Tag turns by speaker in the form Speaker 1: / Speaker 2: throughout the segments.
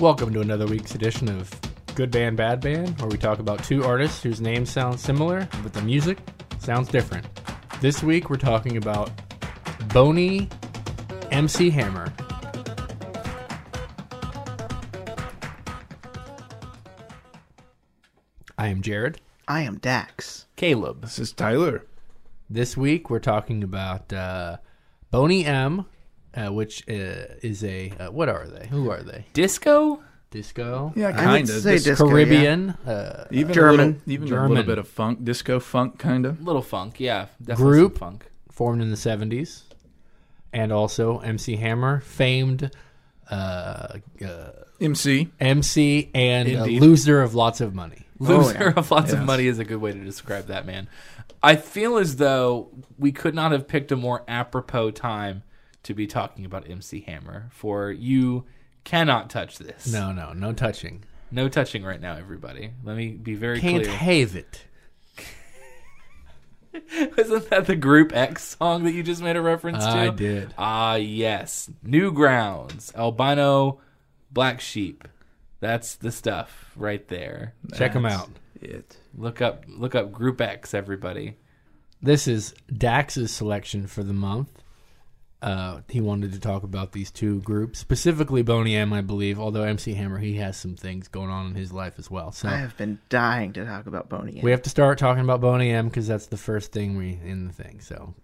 Speaker 1: Welcome to another week's edition of Good Band Bad Band, where we talk about two artists whose names sound similar, but the music sounds different. This week we're talking about Boney MC Hammer. I am Jared.
Speaker 2: I am Dax.
Speaker 1: Caleb.
Speaker 3: This is Tyler.
Speaker 1: This week we're talking about uh, Boney M, uh, which uh, is a uh, what are they? Who are they?
Speaker 4: Disco?
Speaker 1: Disco,
Speaker 3: Yeah,
Speaker 2: I would
Speaker 3: kind of.
Speaker 2: say disco, yeah.
Speaker 1: Caribbean, uh,
Speaker 3: even
Speaker 2: German.
Speaker 3: A little, even a
Speaker 1: German.
Speaker 3: little bit of funk, disco funk, kind of.
Speaker 4: Little funk, yeah. Definitely
Speaker 1: Group?
Speaker 4: some funk.
Speaker 1: formed in the '70s, and also MC Hammer, famed uh, uh,
Speaker 3: MC.
Speaker 1: MC and uh,
Speaker 3: Indeed.
Speaker 1: loser of lots of money.
Speaker 4: Loser
Speaker 2: yeah.
Speaker 4: of lots of
Speaker 3: Yes.
Speaker 4: money is a good way to describe that man. I feel as though we could not have picked a more apropos time to be talking about MC Hammer for you cannot touch this.
Speaker 1: No, no, no touching.
Speaker 4: No touching right now, everybody. Let me be very
Speaker 1: Can't
Speaker 4: clear.
Speaker 1: have it.
Speaker 4: Isn't that the Group X song that you just made a reference to?
Speaker 1: I did.
Speaker 4: Ah, yes. New Grounds, Albino Black Sheep. That's the stuff right there.
Speaker 1: Check them out.
Speaker 3: It.
Speaker 4: Look up look up Group X, everybody.
Speaker 1: This is Dax's selection for the month. Uh, he wanted to talk about these two groups, specifically Boney M, I believe. Although MC Hammer, he has some things going on in his life as well. So
Speaker 2: I have been dying to talk about Boney M.
Speaker 1: We have to start talking about Boney M because that's the first thing we in the thing. So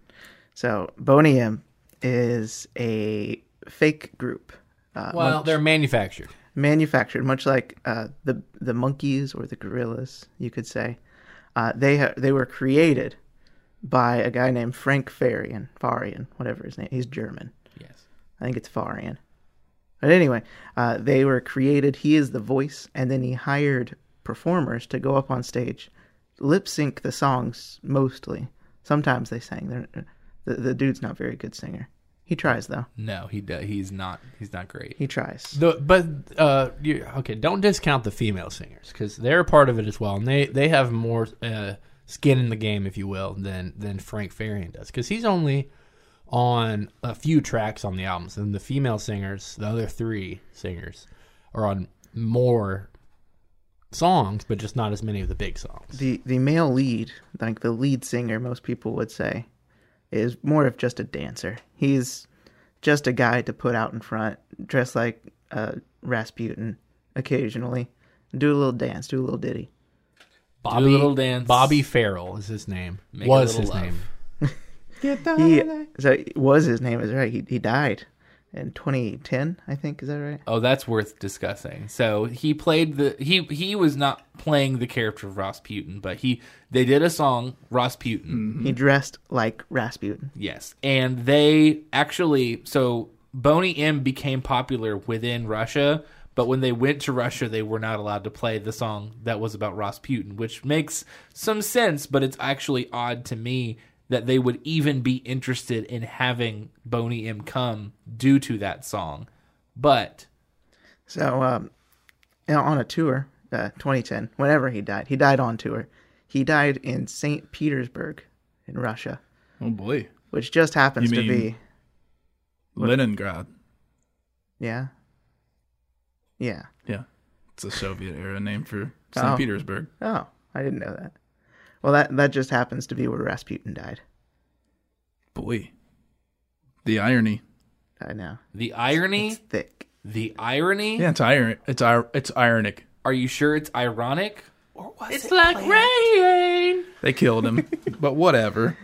Speaker 2: so Boney M is a fake group. Uh,
Speaker 1: well,
Speaker 2: much-
Speaker 1: they're manufactured.
Speaker 2: manufactured, much like uh, the the monkeys or the gorillas, you could say. Uh, they ha- they were created by a guy named Frank Farian, Farian, whatever his name. He's German.
Speaker 4: Yes.
Speaker 2: I think it's Farian. But anyway, uh, they were created. He is the voice, and then he hired performers to go up on stage, lip sync the songs mostly. Sometimes they sang. They're, the the dude's not a very good singer. He tries though.
Speaker 4: No, he does. He's not. He's not great.
Speaker 2: He tries.
Speaker 1: The, but uh, you, okay, don't discount the female singers because they're a part of it as well, and they they have more uh, skin in the game, if you will, than than Frank Farian does because he's only on a few tracks on the albums, and the female singers, the other three singers, are on more songs, but just not as many of the big songs.
Speaker 2: the the male lead, like the lead singer, most people would say, is more of just a dancer. He's just a guy to put out in front, dressed like uh, Rasputin occasionally, do a little dance, do a little ditty.
Speaker 1: Bobby
Speaker 4: little dance.
Speaker 1: Bobby Farrell is his name.
Speaker 4: Make a
Speaker 1: was
Speaker 4: little
Speaker 1: his
Speaker 4: love.
Speaker 1: name.
Speaker 2: He so it was his name is right. He he died in 2010, I think. Is that right?
Speaker 4: Oh, that's worth discussing. So he played the he he was not playing the character of Rasputin, but he they did a song Rasputin.
Speaker 2: He dressed like Rasputin.
Speaker 4: Yes. And they actually so Boney M became popular within Russia, but when they went to Russia, they were not allowed to play the song that was about Rasputin, which makes some sense, but it's actually odd to me that they would even be interested in having Boney M come due to that song. But
Speaker 2: So, um, you know, on a tour, uh, 2010, whenever he died, he died on tour. He died in St. Petersburg, in Russia,
Speaker 3: Oh boy,
Speaker 2: which just happens
Speaker 3: You
Speaker 2: to
Speaker 3: mean-
Speaker 2: be,
Speaker 3: Leningrad.
Speaker 2: yeah, yeah.
Speaker 3: Yeah, it's a Soviet era name for St.
Speaker 2: Oh.
Speaker 3: Petersburg.
Speaker 2: Oh, I didn't know that. Well, that that just happens to be where Rasputin died.
Speaker 3: Boy, the irony.
Speaker 2: I know.
Speaker 4: the irony,
Speaker 2: It's thick.
Speaker 4: the irony,
Speaker 3: Yeah, it's iron. It's ir- It's ironic.
Speaker 4: are you sure it's ironic?
Speaker 1: It's like rain.
Speaker 3: They killed him, but whatever.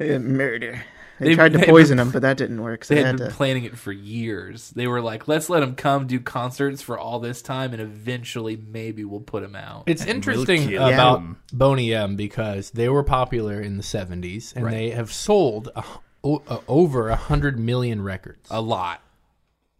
Speaker 2: Eh, Murder. They,
Speaker 4: They-
Speaker 2: tried to
Speaker 4: they-
Speaker 2: poison him, but that didn't work. So
Speaker 4: They
Speaker 2: they
Speaker 4: had
Speaker 2: had
Speaker 4: been
Speaker 2: to.
Speaker 4: planning it for years. They were like, let's let him come do concerts for all this time, and eventually maybe we'll put him out.
Speaker 1: It's interesting
Speaker 3: kill
Speaker 1: about
Speaker 3: him.
Speaker 1: Boney M because they were popular in the 70s and they have sold a, o, a, over 100 million records.
Speaker 4: A lot.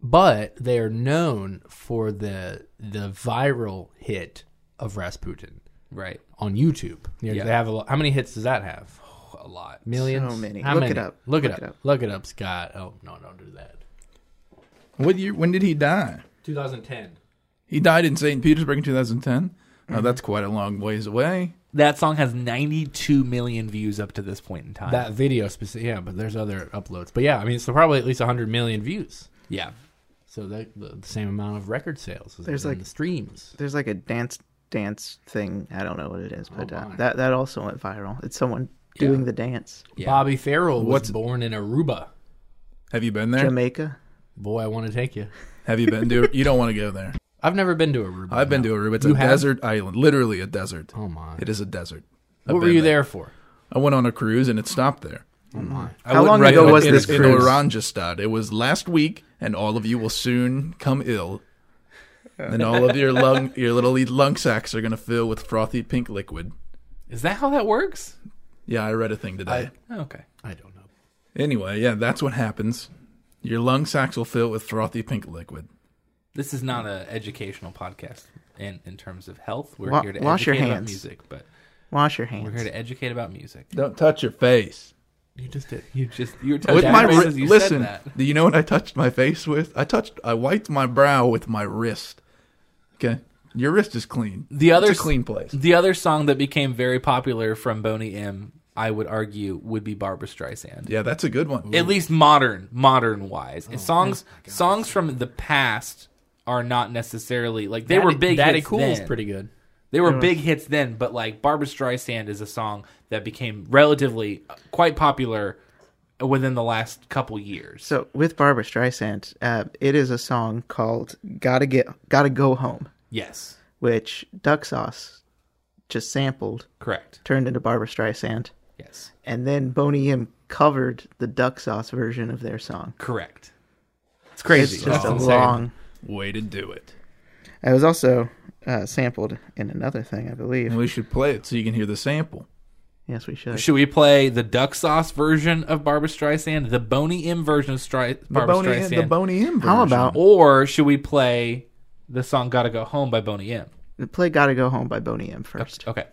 Speaker 1: But they are known for the the viral hit of Rasputin
Speaker 4: Right.
Speaker 1: on YouTube. You know,
Speaker 4: Yeah.
Speaker 1: They have a lo- how many hits does that have?
Speaker 4: A lot.
Speaker 1: Millions.
Speaker 2: So many.
Speaker 1: How
Speaker 2: Look it up.
Speaker 1: Look, it, up. Look it up, Scott. Oh, no, don't do that.
Speaker 3: What year? When did he die?
Speaker 1: 2010.
Speaker 3: He died in St. Petersburg in 2010. Oh, that's quite a long ways away.
Speaker 4: That song has 92 million views up to this point in time.
Speaker 1: That video specific, yeah, but there's other uploads. But yeah, I mean, it's probably at least 100 million views.
Speaker 4: yeah.
Speaker 1: So that the, the same amount of record sales as
Speaker 2: There's
Speaker 1: in
Speaker 2: like-
Speaker 1: the streams.
Speaker 2: There's like a dance dance thing. I don't know what it is, but
Speaker 4: Oh,
Speaker 1: my.
Speaker 2: uh, that that also went viral. It's someone doing the dance.
Speaker 4: Yeah.
Speaker 1: Bobby Farrell was
Speaker 3: What's-
Speaker 1: born in Aruba.
Speaker 3: Have you been there?
Speaker 2: Jamaica.
Speaker 1: Boy, I want to take you.
Speaker 3: Have you been to? You don't want to go there.
Speaker 1: I've never been to Aruba.
Speaker 3: I've been to Aruba. It's
Speaker 1: You
Speaker 3: a
Speaker 1: have?
Speaker 3: desert island, literally a desert.
Speaker 1: Oh my!
Speaker 3: It is a desert. I've
Speaker 1: What were
Speaker 3: been
Speaker 1: you there for?
Speaker 3: I went on a cruise and it stopped there.
Speaker 1: Oh my!
Speaker 4: I
Speaker 2: How
Speaker 4: would
Speaker 2: long
Speaker 4: write
Speaker 2: ago
Speaker 4: like
Speaker 2: was
Speaker 4: in-
Speaker 3: in,
Speaker 2: this
Speaker 3: in
Speaker 2: cruise?
Speaker 3: Oranjestad. It was last week, and all of you will soon come ill. And all of your lung, your little lung sacs are gonna fill with frothy pink liquid.
Speaker 4: Is that how that works? Oh,
Speaker 3: Yeah, I read a thing today.
Speaker 4: Okay.
Speaker 1: I don't know.
Speaker 3: Anyway, yeah, that's what happens. Your lung sacs will fill with frothy pink liquid.
Speaker 4: This is not an educational podcast in, in terms of health. We're
Speaker 2: Wa-
Speaker 4: here to
Speaker 2: wash your
Speaker 4: educate about
Speaker 2: hands.
Speaker 4: music, but
Speaker 2: Wash your
Speaker 4: we're
Speaker 2: hands.
Speaker 4: here to educate about music.
Speaker 3: Don't touch your face.
Speaker 1: You just did.
Speaker 4: You just you're
Speaker 3: with
Speaker 4: touching
Speaker 3: my
Speaker 4: my
Speaker 3: wri-
Speaker 4: faces, you
Speaker 3: listen,
Speaker 4: said that.
Speaker 3: do you know what I touched my face with? I touched, I wiped my brow with my wrist. Okay, your wrist is clean.
Speaker 4: The other
Speaker 3: it's a clean place.
Speaker 4: The other song that became very popular from Boney M, I would argue, would be Barbara Streisand.
Speaker 3: Yeah, that's a good one.
Speaker 4: At least modern, modern wise. And songs songs from the past are not necessarily like they were big
Speaker 1: Daddy
Speaker 4: hits
Speaker 1: Cool's
Speaker 4: then.
Speaker 1: pretty good.
Speaker 4: They were big hits then, but like Barbara Streisand is a song that became relatively uh, quite popular within the last couple years.
Speaker 2: So with Barbara Streisand, uh, it is a song called "Gotta Get Gotta Go Home,"
Speaker 4: yes,
Speaker 2: which Duck Sauce just sampled,
Speaker 4: correct.
Speaker 2: turned into Barbara Streisand,
Speaker 4: Yes,
Speaker 2: and then Boney M covered the Duck Sauce version of their song.
Speaker 4: correct.
Speaker 2: It's
Speaker 4: crazy.
Speaker 2: It's just
Speaker 4: That's
Speaker 2: a
Speaker 4: insane.
Speaker 2: long.
Speaker 3: Way to do it.
Speaker 2: It was also uh, sampled in another thing, I believe.
Speaker 3: And we should play it so you can hear the sample.
Speaker 2: Yes, we should.
Speaker 4: Should Mm. we play the duck sauce version of Barbara Streisand, the Boney M version of Stri- Barbara
Speaker 3: the bony,
Speaker 4: Streisand,
Speaker 3: the bony M version.
Speaker 2: How about
Speaker 4: or should we play the song "Gotta Go Home" by Boney M?
Speaker 2: play "Gotta Go Home" by Boney M first?
Speaker 4: Okay.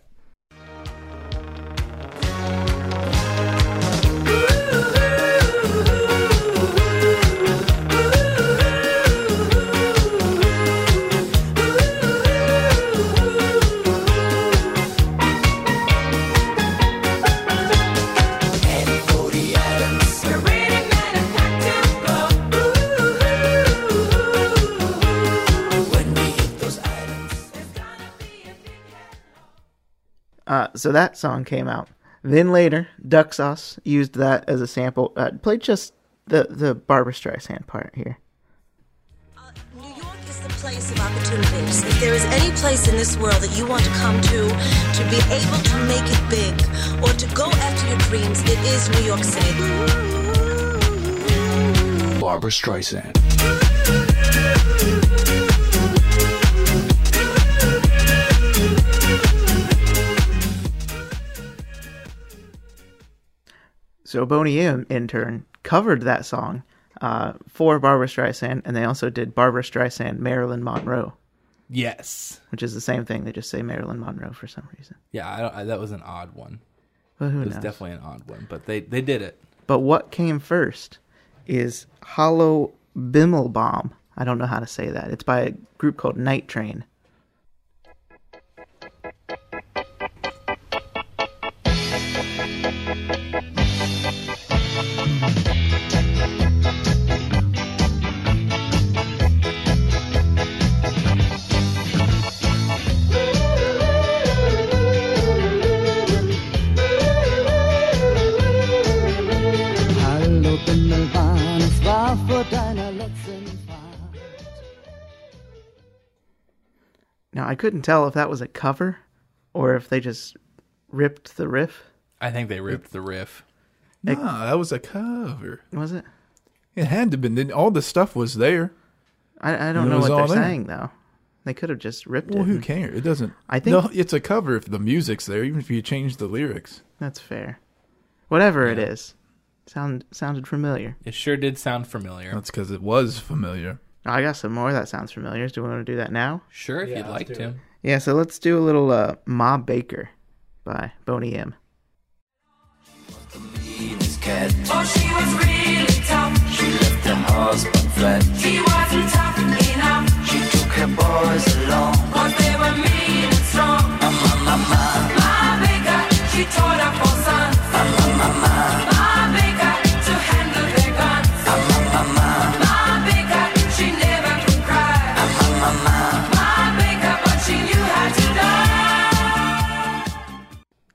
Speaker 2: Uh, so that song came out. Then later, Duck Sauce used that as a sample. Uh, played just the the Barbara Streisand part here.
Speaker 5: New York is the place of opportunities. If there is any place in this world that you want to come to, to be able to make it big, or to go after your dreams, it is New York City.
Speaker 6: Barbara Streisand.
Speaker 2: So Boney M in turn covered that song uh, for Barbara Streisand, and they also did Barbara Streisand Marilyn Monroe,
Speaker 4: Yes.
Speaker 2: which is the same thing. They just say Marilyn Monroe for some reason.
Speaker 4: Yeah, I don't, I, that was an odd one.
Speaker 2: But who
Speaker 4: It was
Speaker 2: knows?
Speaker 4: definitely an odd one, but they they did it.
Speaker 2: But what came first is Hollow Bimmel Bomb. I don't know how to say that. It's by a group called Night Train.
Speaker 7: Hallo Bimmelbahn, es war vor deiner letzten Fahrt.
Speaker 2: Now I couldn't tell if that was a cover or if they just ripped the riff.
Speaker 4: I think they ripped the riff.
Speaker 3: Nah, that was a cover.
Speaker 2: Was it?
Speaker 3: It had to been. All the stuff was there.
Speaker 2: I, I don't
Speaker 3: It
Speaker 2: know
Speaker 3: was
Speaker 2: what
Speaker 3: all
Speaker 2: they're
Speaker 3: there.
Speaker 2: saying though. They could have just ripped
Speaker 3: Well,
Speaker 2: it.
Speaker 3: who cares? It doesn't.
Speaker 2: I think-
Speaker 3: no, it's a cover if the music's there, even if you change the lyrics.
Speaker 2: That's fair. Whatever it is, sound sounded familiar.
Speaker 4: It sure did sound familiar.
Speaker 3: That's because it was familiar.
Speaker 2: Oh, I got some more that sounds familiar. Do we want to do that now?
Speaker 4: Sure, if you'd like to.
Speaker 2: Yeah. So let's do a little uh, Ma Baker by Boney M.
Speaker 8: Oh, she was really tough. She left the husband flat. He wasn't tough enough. She took her boys along. Cause they were mean and strong. Ma, ma, ma, ma. Ma Baker, she taught her four sons. Ma, ma, ma, ma. Ma Ah, Baker, to handle their guns. Ma, ma, ma, ma. Ma Baker, she never Ah,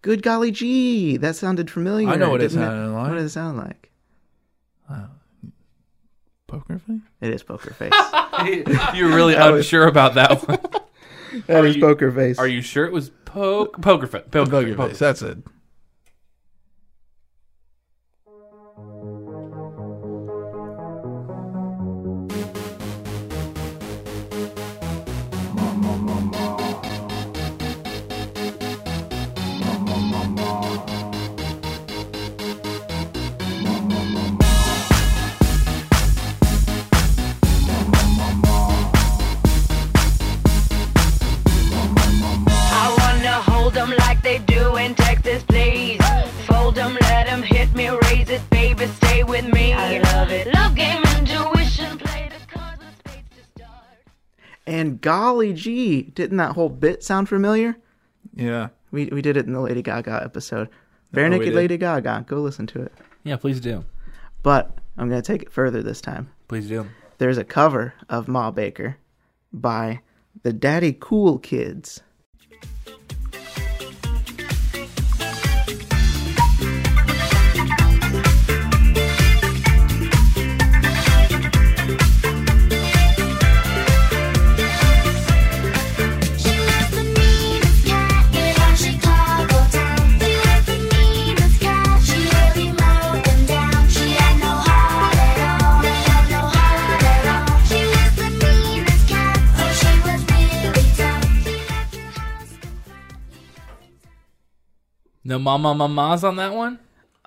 Speaker 2: Good golly gee, that sounded familiar.
Speaker 3: I know what it
Speaker 2: didn't
Speaker 3: sounded like.
Speaker 2: What does it sound like?
Speaker 3: Poker face?
Speaker 2: It is poker face.
Speaker 4: You're really unsure about that one.
Speaker 2: that is
Speaker 4: you-
Speaker 2: poker face.
Speaker 4: Are you sure it was poke poker face? Poker,
Speaker 3: Poker
Speaker 4: poker
Speaker 3: face. That's it.
Speaker 6: I wanna hold 'em like they do in Texas, please. Fold 'em, let 'em hit me, raise it, baby, stay with me. I love it. Love game, intuition, play the cards with spades to start.
Speaker 2: and golly gee, didn't that whole bit sound familiar?
Speaker 3: Yeah.
Speaker 2: We we did it in the Lady Gaga episode. Bare
Speaker 4: Oh,
Speaker 3: we
Speaker 2: Naked
Speaker 3: did.
Speaker 2: Lady Gaga. Go listen to it.
Speaker 4: Yeah, please do.
Speaker 2: But I'm gonna take it further this time.
Speaker 4: Please do.
Speaker 2: There's a cover of Ma Baker by the Daddy Cool Kids.
Speaker 9: She was the meanest cat in all Chicago town. She was the meanest cat. She really mowed them down. She had no heart at all. Had no heart at all. She was the meanest cat. Oh, she was really tough. She left her house.
Speaker 4: No mama mamas on that one?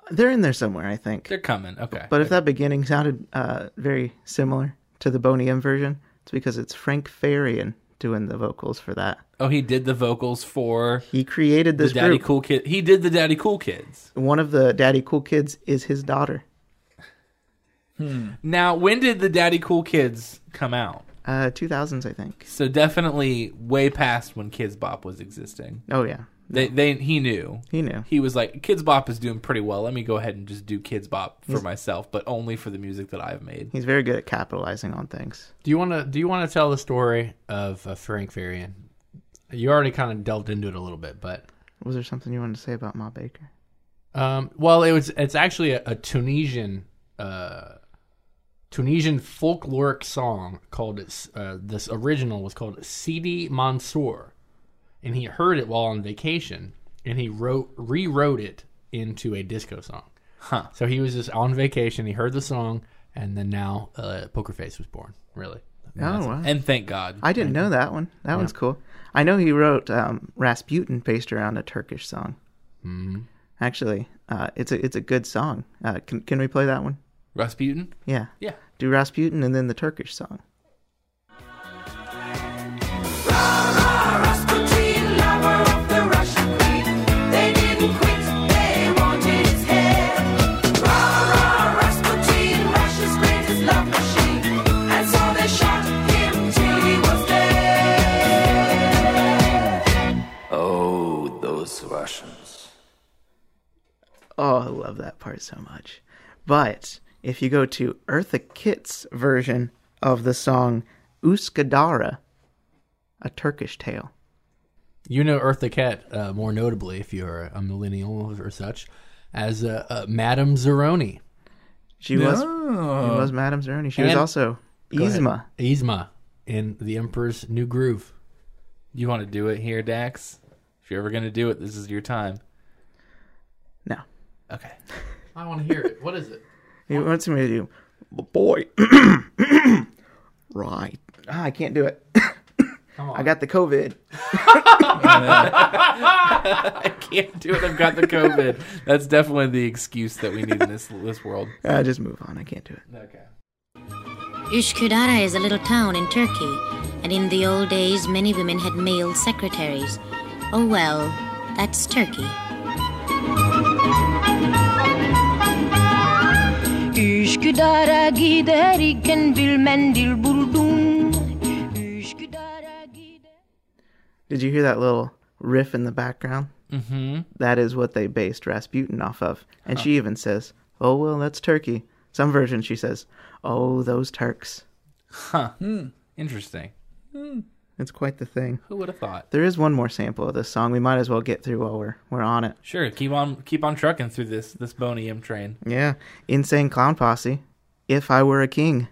Speaker 2: They're in there somewhere, I think.
Speaker 4: They're coming. Okay.
Speaker 2: But if that beginning sounded uh, very similar to the Boney M version, it's because it's Frank Farian doing the vocals for that.
Speaker 4: oh, he did the vocals for
Speaker 2: He created
Speaker 4: the
Speaker 2: this
Speaker 4: Daddy
Speaker 2: group.
Speaker 4: Cool Kid. He did the Daddy Cool Kids.
Speaker 2: One of the Daddy Cool Kids is his daughter.
Speaker 4: Now, when did the Daddy Cool Kids come out?
Speaker 2: Uh, 2000s, I think.
Speaker 4: So definitely way past when Kids Bop was existing.
Speaker 2: Oh, yeah.
Speaker 4: They, they he knew.
Speaker 2: He knew.
Speaker 4: He was like, Kids Bop is doing pretty well. Let me go ahead and just do Kids Bop for myself, but only for the music that I've made.
Speaker 2: He's very good at capitalizing on things.
Speaker 1: Do you want to do you want to tell the story of uh, Frank Farian? You already kind of delved into it a little bit, but
Speaker 2: Was there something you wanted to say about Ma Baker?
Speaker 1: um, well, it was it's actually a, a Tunisian uh, Tunisian folkloric song called it's uh, this original was called Sidi Mansour, and he heard it while on vacation, and he wrote rewrote it into a disco song.
Speaker 4: Huh.
Speaker 1: So he was just on vacation. He heard the song, and then now uh, Poker Face was born. Really,
Speaker 2: Oh, wow.
Speaker 4: And thank God.
Speaker 2: I didn't know that one. That one's cool. I know he wrote um, Rasputin based around a Turkish song. Mm. Actually, uh, it's a it's a good song. Uh, can can we play that one?
Speaker 4: Rasputin?
Speaker 2: Yeah.
Speaker 4: Yeah.
Speaker 2: Do Rasputin and then the Turkish song.
Speaker 8: Rasputin, lover of the Russian queen. They didn't quit, they wanted his head. Rah, rah, Rasputin, Russia's greatest love machine. And so they shot him till he was dead. Oh, those Russians.
Speaker 2: Oh, I love that part so much. But if you go to Eartha Kitt's version of the song Uskadara, a Turkish tale.
Speaker 1: You know Eartha Kitt uh, more notably, if you're a millennial or such, as uh, uh, Madame Zeroni.
Speaker 2: She was she
Speaker 3: Oh.
Speaker 2: was Madame Zeroni. She was
Speaker 1: And-
Speaker 2: also
Speaker 1: ahead.
Speaker 2: Yzma.
Speaker 1: Yzma in The Emperor's New Groove.
Speaker 4: You want to do it here, Dax? If you're ever going to do it, this is your time.
Speaker 2: No.
Speaker 4: Okay.
Speaker 1: I want to hear it. What is it?
Speaker 2: He wants me to do boy. right. Ah, I can't do it. I got the COVID.
Speaker 4: Can't do it. I've got the COVID. That's definitely the excuse that we need in this this world.
Speaker 2: Uh, just move on. I can't do it.
Speaker 4: Okay.
Speaker 10: Üsküdar is a little town in Turkey, and in the old days, many women had male secretaries. Oh well, that's Turkey.
Speaker 6: Üsküdar'a giderken bir mendil buldum. Üsküdar'a gider-
Speaker 2: Did you hear that little riff in the background? Mm-hmm. is what they based Rasputin off of. And she even says, "Oh well, that's Turkey." Some version she says, "Oh, those Turks."
Speaker 4: Interesting.
Speaker 2: It's quite the thing.
Speaker 4: Who would have thought?
Speaker 2: There is one more sample of this song. We might as well get through while we're we're on it.
Speaker 4: Sure, keep on keep on trucking through this this Boney M train.
Speaker 2: Yeah, Insane Clown Posse. If I were a king.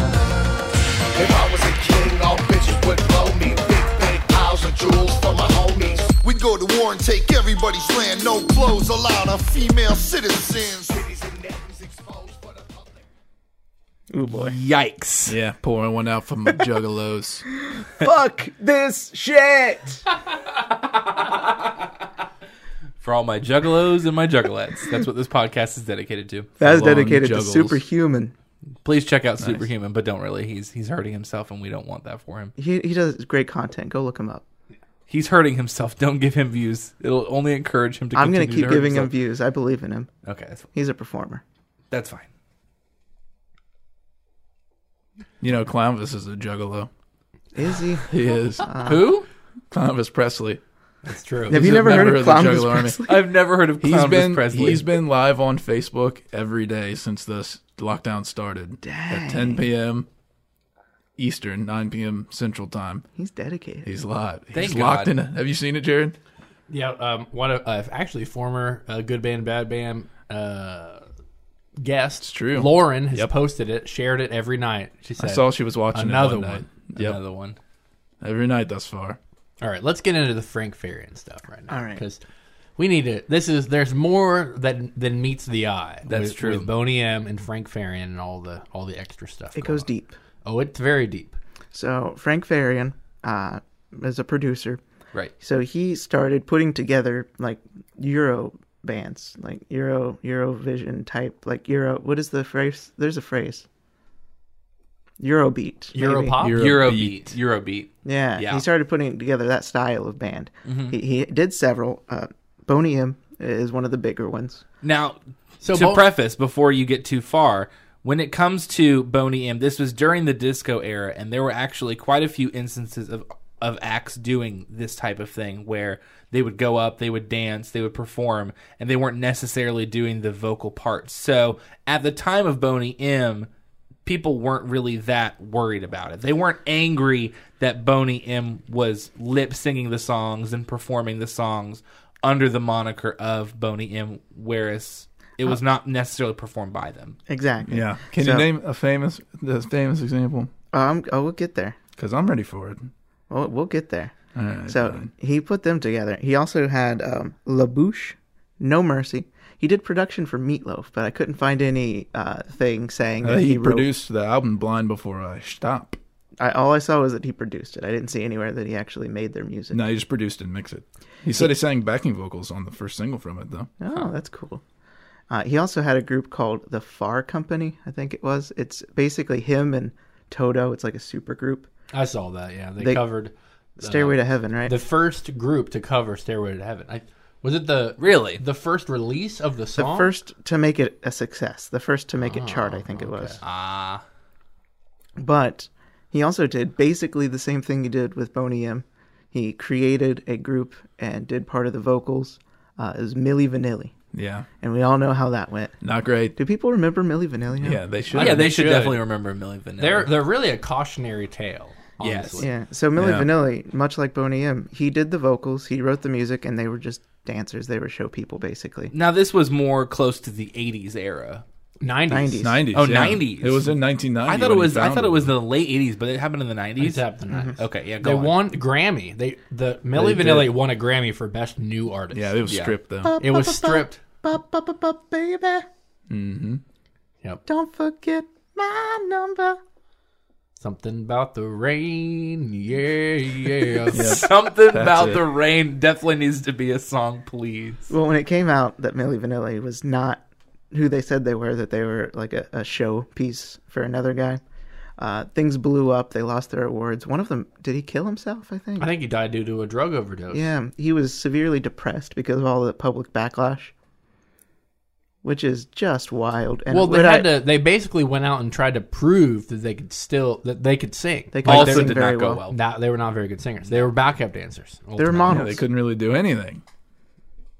Speaker 11: If I was a king, all bitches would blow me. Big, big piles of jewels for my homies. We go to war and take everybody's land. No clothes allowed on female citizens. Cities and nations exposed for the public.
Speaker 2: Ooh boy.
Speaker 4: Yikes!
Speaker 3: Yeah, pouring one out for my juggalos.
Speaker 2: Fuck this shit.
Speaker 4: For all my juggalos and my juggalettes, that's what this podcast is dedicated to.
Speaker 2: That is
Speaker 3: Full-on
Speaker 2: dedicated to
Speaker 3: juggles.
Speaker 2: Superhuman.
Speaker 4: Please check out Superhuman, but don't really. He's he's hurting himself, and we don't want that for him.
Speaker 2: He he does great content. Go look him up.
Speaker 4: He's hurting himself. Don't give him views. It'll only encourage him to.
Speaker 2: I'm gonna
Speaker 4: continue
Speaker 2: keep
Speaker 4: to hurt
Speaker 2: giving him
Speaker 4: himself.
Speaker 2: views. I believe in him.
Speaker 4: Okay, that's,
Speaker 2: He's a performer.
Speaker 4: that's fine.
Speaker 3: You know, Clownvis is a juggalo.
Speaker 2: Is he?
Speaker 3: He is.
Speaker 2: Uh-huh.
Speaker 4: Who?
Speaker 3: Clownvis Presley.
Speaker 1: That's true.
Speaker 2: uh, Have you
Speaker 3: a
Speaker 2: never heard
Speaker 3: member
Speaker 2: of
Speaker 3: the
Speaker 2: Clown
Speaker 3: Juggalo Army.
Speaker 2: Presley?
Speaker 4: I've never heard of
Speaker 3: He's
Speaker 4: Clownvis
Speaker 3: been
Speaker 4: Presley.
Speaker 3: he's been live on Facebook every day since this lockdown started at 10 p.m. Eastern, 9 p.m. Central Time.
Speaker 2: He's dedicated.
Speaker 3: He's live. He's
Speaker 4: Thank
Speaker 3: locked in.
Speaker 4: God.
Speaker 3: Have you seen it, Jared?
Speaker 1: Yeah, um, one of uh, actually former uh, good band bad band uh, guest, it's
Speaker 3: true.
Speaker 1: Lauren has
Speaker 3: Yep.
Speaker 1: posted it, shared it every night. She
Speaker 3: I
Speaker 1: said,
Speaker 3: saw she was watching
Speaker 1: another
Speaker 3: it one,
Speaker 1: one.
Speaker 3: night. Yep.
Speaker 4: Another one.
Speaker 3: Every night thus far.
Speaker 1: "All right, let's get into the Frank Farian stuff right now,
Speaker 2: All right.
Speaker 1: Because we need to. This is there's more that than meets the eye.
Speaker 4: That's
Speaker 1: with-
Speaker 4: true.
Speaker 1: With Boney M and Frank Farian and all the all the extra stuff.
Speaker 2: It
Speaker 1: going
Speaker 2: goes
Speaker 1: on.
Speaker 2: deep.
Speaker 1: Oh, it's very deep.
Speaker 2: So Frank Farian uh, is a producer.
Speaker 4: Right.
Speaker 2: So he started putting together like Euro bands, like Euro Eurovision type, like Euro. What is the phrase? There's a phrase. Eurobeat. maybe.
Speaker 1: Europop.
Speaker 3: Euro-
Speaker 4: Eurobeat. Eurobeat.
Speaker 2: Yeah,
Speaker 4: Yeah.
Speaker 2: He started putting together that style of band. He, he did several. Uh, Boney M is one of the bigger ones.
Speaker 4: Now,
Speaker 1: So
Speaker 4: to
Speaker 1: Bo-
Speaker 4: preface before you get too far, when it comes to Boney M, this was during the disco era, and there were actually quite a few instances of of acts doing this type of thing where they would go up, they would dance, they would perform, and they weren't necessarily doing the vocal parts. So at the time of Boney M, people weren't really that worried about it. They weren't angry that Boney M was lip singing the songs and performing the songs under the moniker of Boney M, whereas it was not necessarily performed by them.
Speaker 2: Exactly.
Speaker 3: Yeah. Can you
Speaker 2: So-
Speaker 3: name a famous the famous example?
Speaker 2: Um, oh, we'll get there.
Speaker 3: Because I'm ready for it.
Speaker 2: We'll, we'll get there.
Speaker 3: All right.
Speaker 2: So he put them together. He also had um, La Bouche, No Mercy. He did production for Meatloaf, but I couldn't find any uh, thing saying
Speaker 3: Uh,
Speaker 2: that he,
Speaker 3: he
Speaker 2: wrote.
Speaker 3: produced the album Blind Before I Stop.
Speaker 2: I, all I saw was that he produced it. I didn't see anywhere that he actually made their music.
Speaker 3: No, he just produced and mixed it. He said he sang backing vocals on the first single from it, though.
Speaker 2: Oh, that's cool. Uh, he also had a group called the Far Company, I think it was. It's basically him and Toto. It's like a super group.
Speaker 1: I saw that. Yeah, they,
Speaker 2: They-
Speaker 1: covered uh,
Speaker 2: Stairway to Heaven, right?
Speaker 1: the first group to cover Stairway to Heaven. I, was it the
Speaker 4: Really?
Speaker 1: the first release of the
Speaker 2: the
Speaker 1: song?
Speaker 2: first to make it a success. The first to make it chart, I think it was.
Speaker 4: Ah,
Speaker 2: But he also did basically the same thing he did with Boney M. He created a group and did part of the vocals. Uh, it was Milli Vanilli,
Speaker 3: Yeah.
Speaker 2: and we all know how that went.
Speaker 3: Not great.
Speaker 2: Do people remember Milli Vanilli? now?
Speaker 3: Yeah, they should.
Speaker 4: yeah, they should,
Speaker 1: should.
Speaker 4: definitely remember Millie Vanilli.
Speaker 1: They're they're really a cautionary tale.
Speaker 4: Yes.
Speaker 1: Honestly.
Speaker 2: yeah. So Milli
Speaker 3: Yeah.
Speaker 2: Vanilli, much like Boney M, he did the vocals, he wrote the music, and they were just dancers. They were show people, basically.
Speaker 4: now this was more close to the '80s era.
Speaker 1: 90s.
Speaker 2: 90s.
Speaker 3: 90s.
Speaker 4: Oh,
Speaker 3: yeah.
Speaker 4: 90s.
Speaker 3: It was in 1990.
Speaker 4: I thought it
Speaker 3: when he
Speaker 4: was. I
Speaker 3: found
Speaker 4: thought it was the late '80s, but it happened in the
Speaker 1: These
Speaker 4: '90s.
Speaker 1: happened. nice.
Speaker 4: Okay, yeah, go
Speaker 1: They
Speaker 4: on.
Speaker 1: won Grammy. They the Milli
Speaker 3: They
Speaker 1: Vanilli
Speaker 3: did.
Speaker 1: won a Grammy for best new artist.
Speaker 3: Yeah, it was
Speaker 4: Yeah.
Speaker 3: stripped, though.
Speaker 1: it was stripped. Mm-hmm.
Speaker 2: Bop, bop, bop, bop, baby,
Speaker 1: Yep.
Speaker 2: don't forget my number.
Speaker 1: Something about the rain. Yeah, yeah.
Speaker 4: Something about
Speaker 3: it.
Speaker 4: the rain definitely needs to be a song, please.
Speaker 2: Well, when it came out that Milli Vanilli was not who they said they were, that they were like a, a show piece for another guy, uh, things blew up. They lost their awards. One of them, did he kill himself? I think.
Speaker 1: I think he died due to a drug overdose.
Speaker 2: yeah, he was severely depressed because of all the public backlash, which is just wild. And
Speaker 1: well, they
Speaker 2: what I-
Speaker 1: had to. They basically went out and tried to prove that they could still that they could sing.
Speaker 2: They could Also sing did very not go well. well.
Speaker 1: Nah, they were not very good singers. They were backup dancers.
Speaker 2: They were models.
Speaker 3: they couldn't really do anything.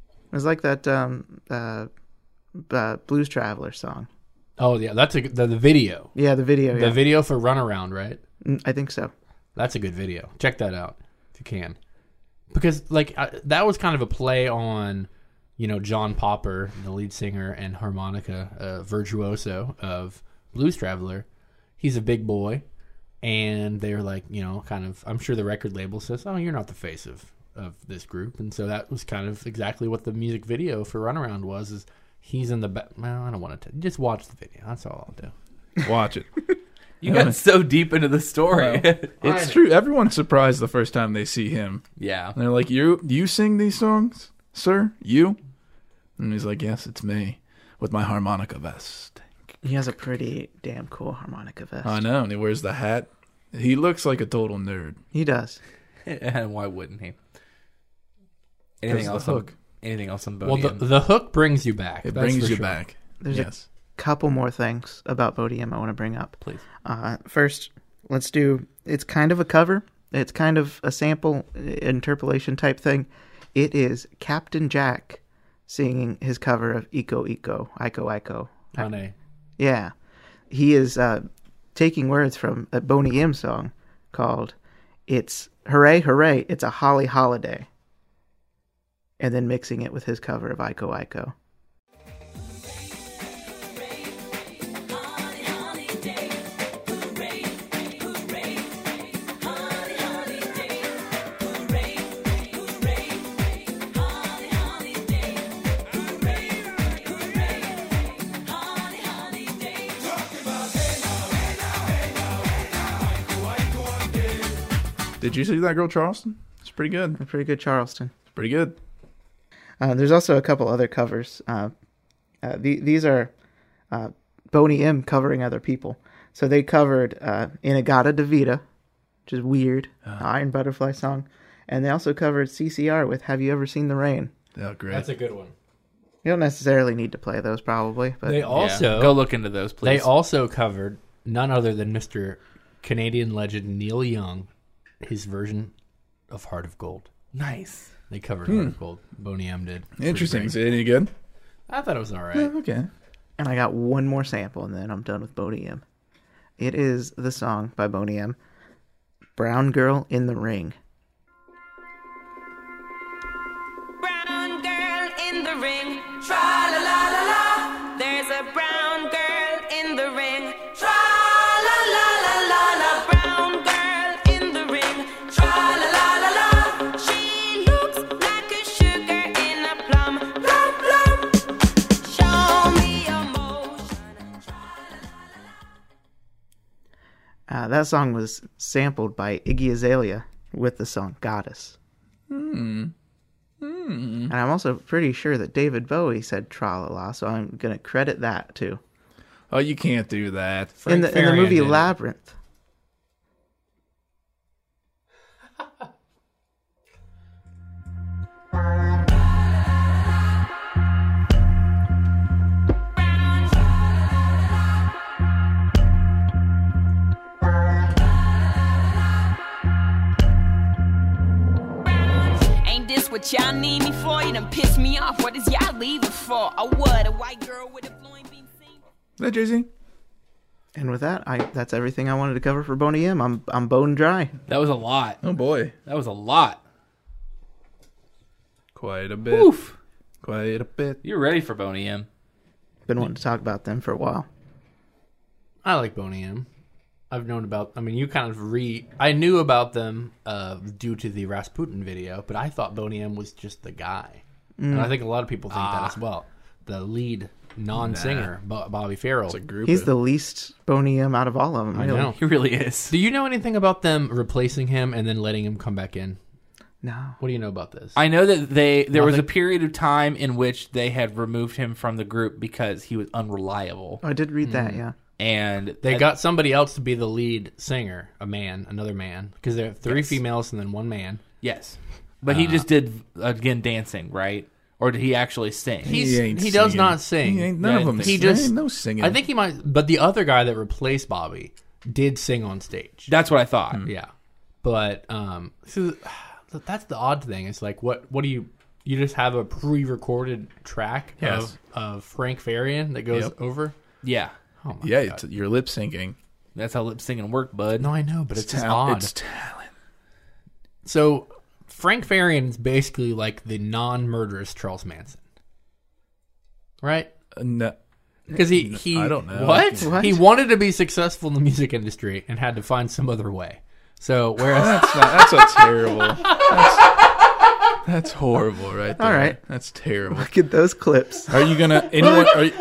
Speaker 2: It was like that um, uh, uh, Blues Traveler song.
Speaker 1: Oh yeah, that's a the, the video.
Speaker 2: Yeah, the video.
Speaker 1: The
Speaker 2: yeah.
Speaker 1: video for Runaround, right?
Speaker 2: Mm, I think so.
Speaker 1: That's a good video. Check that out if you can, because like I, that was kind of a play on, you know, John Popper, the lead singer and harmonica uh, virtuoso of Blues Traveler. He's a big boy, and they're like, you know, kind of. I'm sure the record label says, "Oh, you're not the face of of this group," and so that was kind of exactly what the music video for Runaround was. Is he's in the back? Well, I don't want to. Just watch the video. That's all I'll do.
Speaker 3: Watch it.
Speaker 4: You got so deep into the story.
Speaker 3: It's true. Everyone's surprised the first time they see him.
Speaker 4: Yeah.
Speaker 3: And they're like, "You you sing these songs, sir? You?" And he's like, "Yes, it's me with my harmonica vest."
Speaker 2: He has a pretty damn cool harmonica vest.
Speaker 3: I know. And he wears the hat. He looks like a total nerd.
Speaker 2: He does.
Speaker 4: and why wouldn't he?
Speaker 3: That's
Speaker 4: Anything
Speaker 3: the
Speaker 4: else?
Speaker 3: hook.
Speaker 4: On, anything else on Boney?
Speaker 1: Well, the, the hook brings you back.
Speaker 3: It
Speaker 1: that's
Speaker 3: brings
Speaker 1: for
Speaker 3: you
Speaker 1: sure.
Speaker 3: back.
Speaker 2: There's
Speaker 3: yes.
Speaker 2: a couple more things about Bodium I want to bring up.
Speaker 4: Please.
Speaker 2: Uh, first, let's do. It's kind of a cover. It's kind of a sample uh, interpolation type thing. It is Captain Jack singing his cover of "Eco Eco Ico Ico."
Speaker 1: On a-
Speaker 2: Yeah, he is uh, taking words from a Boney M song called "It's Hooray Hooray." It's a Holly Holiday, and then mixing it with his cover of "Ico Ico."
Speaker 3: Did you see that girl Charleston? It's pretty good.
Speaker 2: Pretty good, Charleston.
Speaker 3: It's pretty good.
Speaker 2: Uh, there's also a couple other covers. Uh, uh, the, these are uh, Boney M covering other people. So they covered uh, Inagata DeVita, which is weird, Iron Butterfly song. And they also covered CCR with Have You Ever Seen the Rain?
Speaker 3: Oh, great.
Speaker 1: That's a good one.
Speaker 2: You don't necessarily need to play those, probably. But
Speaker 1: They also
Speaker 4: go look into those,
Speaker 1: they
Speaker 4: please.
Speaker 1: also covered none other than Mr. Canadian legend Neil Young, his version of Heart of Gold.
Speaker 4: nice.
Speaker 1: They covered Heart of Gold. Boney M did. Pretty
Speaker 3: Interesting.
Speaker 1: great.
Speaker 3: Is it any good?
Speaker 1: I thought it was all right.
Speaker 3: Yeah, okay.
Speaker 2: And I got one more sample, and then I'm done with Boney M. It is the song by Boney M, Brown Girl in the Ring.
Speaker 6: Brown girl in the ring.
Speaker 8: Tra la la la la,
Speaker 6: There's a brown girl in the ring.
Speaker 8: tra la la la la la.
Speaker 6: Brown girl in the ring.
Speaker 8: Tra la la la la,
Speaker 6: She looks like a sugar in a plum.
Speaker 8: plum plum.
Speaker 6: Show me emotion.
Speaker 2: Uh, that song was sampled by Iggy Azalea with the song Goddess. Hmm. And I'm also pretty sure that David Bowie said tra la la, so I'm going to credit that too.
Speaker 3: Oh, you can't do that.
Speaker 2: in, the, in the
Speaker 1: Farian
Speaker 2: movie
Speaker 1: did it.
Speaker 2: Labyrinth.
Speaker 12: Ain't this what y'all need me for? You done pissed me off. What is y'all leaving for? Oh, what? A white girl with a flowing bean sing?
Speaker 3: Is that Jay Z?
Speaker 2: And with that, I that's everything I wanted to cover for Boney M. I'm I'm bone dry.
Speaker 4: That was a lot.
Speaker 3: Oh boy,
Speaker 4: That was a lot.
Speaker 3: quite a bit.
Speaker 4: Oof.
Speaker 3: Quite a bit.
Speaker 4: You're ready for Boney M.
Speaker 2: Been wanting to talk about them for a while.
Speaker 1: I like Boney M. I've known about. I mean, you kind of re. I knew about them uh, due to the Rasputin video, but I thought Boney M was just the guy, and I think a lot of people think that as
Speaker 3: Ah.
Speaker 1: well. The lead non-singer, Bo- Bobby Farrell.
Speaker 3: It's a group.
Speaker 2: He's
Speaker 3: of-
Speaker 2: the least Boney M out of all of them.
Speaker 1: I
Speaker 2: Really.
Speaker 1: know.
Speaker 4: He really is.
Speaker 1: Do you know anything about them replacing him and then letting him come back in?
Speaker 2: No.
Speaker 1: What do you know about this?
Speaker 4: I know that they there was a period of time in which they had removed him from the group because he was unreliable,
Speaker 2: Oh, I did read
Speaker 1: Hmm.
Speaker 2: that. Yeah.
Speaker 4: and
Speaker 1: they got somebody else to be the lead singer, a man, another man, because there are three females and then one man.
Speaker 4: yes, but he just did again dancing, right? or did he actually sing?
Speaker 1: He's, he does not sing.
Speaker 4: Yeah, I
Speaker 1: He
Speaker 4: think-
Speaker 1: just I think he might, but the other guy that replaced Bobby did sing on stage.
Speaker 4: That's what I thought.
Speaker 1: Yeah, but um, so that's the odd thing. It's like what what do you you just have a pre-recorded track
Speaker 3: Yes.
Speaker 1: of, of Frank Farian that goes
Speaker 3: Yep.
Speaker 1: over?
Speaker 4: Yeah.
Speaker 1: Oh my
Speaker 3: yeah,
Speaker 1: God.
Speaker 3: it's, you're lip syncing.
Speaker 4: That's how lip syncing work, bud.
Speaker 1: No, I know, but it's, just
Speaker 3: tal-
Speaker 1: odd.
Speaker 3: It's talent.
Speaker 1: so Frank Farian is basically like the non-murderous Charles Manson, right?
Speaker 3: Uh, No,
Speaker 1: Because he, he
Speaker 3: I don't know.
Speaker 1: what?
Speaker 2: What?
Speaker 1: he wanted to be successful in the music industry and had to find some other way. So whereas
Speaker 3: That's not. That's a terrible. That's, that's horrible, right there.
Speaker 2: All right.
Speaker 3: that's terrible.
Speaker 2: Look at those clips.
Speaker 3: Are you gonna anyone? Are you,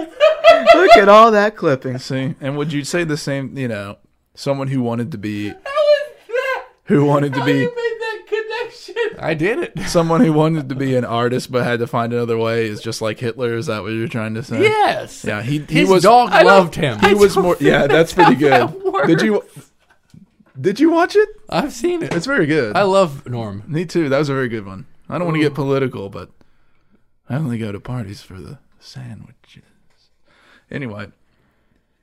Speaker 2: Look at all that clipping.
Speaker 3: See, and would you say the same? You know, someone who wanted to be. Who wanted to be
Speaker 1: I did it,
Speaker 3: someone who wanted to be an artist but had to find another way is just like Hitler. Is that what you're trying to say?
Speaker 1: yes,
Speaker 3: Yeah, he he
Speaker 1: his
Speaker 3: was
Speaker 1: dog
Speaker 3: I don't-
Speaker 1: loved him.
Speaker 3: He was more. Yeah, that's pretty good. Did you did you watch it?
Speaker 1: I've seen it.
Speaker 3: It's very good.
Speaker 1: I love Norm.
Speaker 3: Me too. That was a very good one. I don't want to get political, but I only go to parties for the sandwiches. Anyway,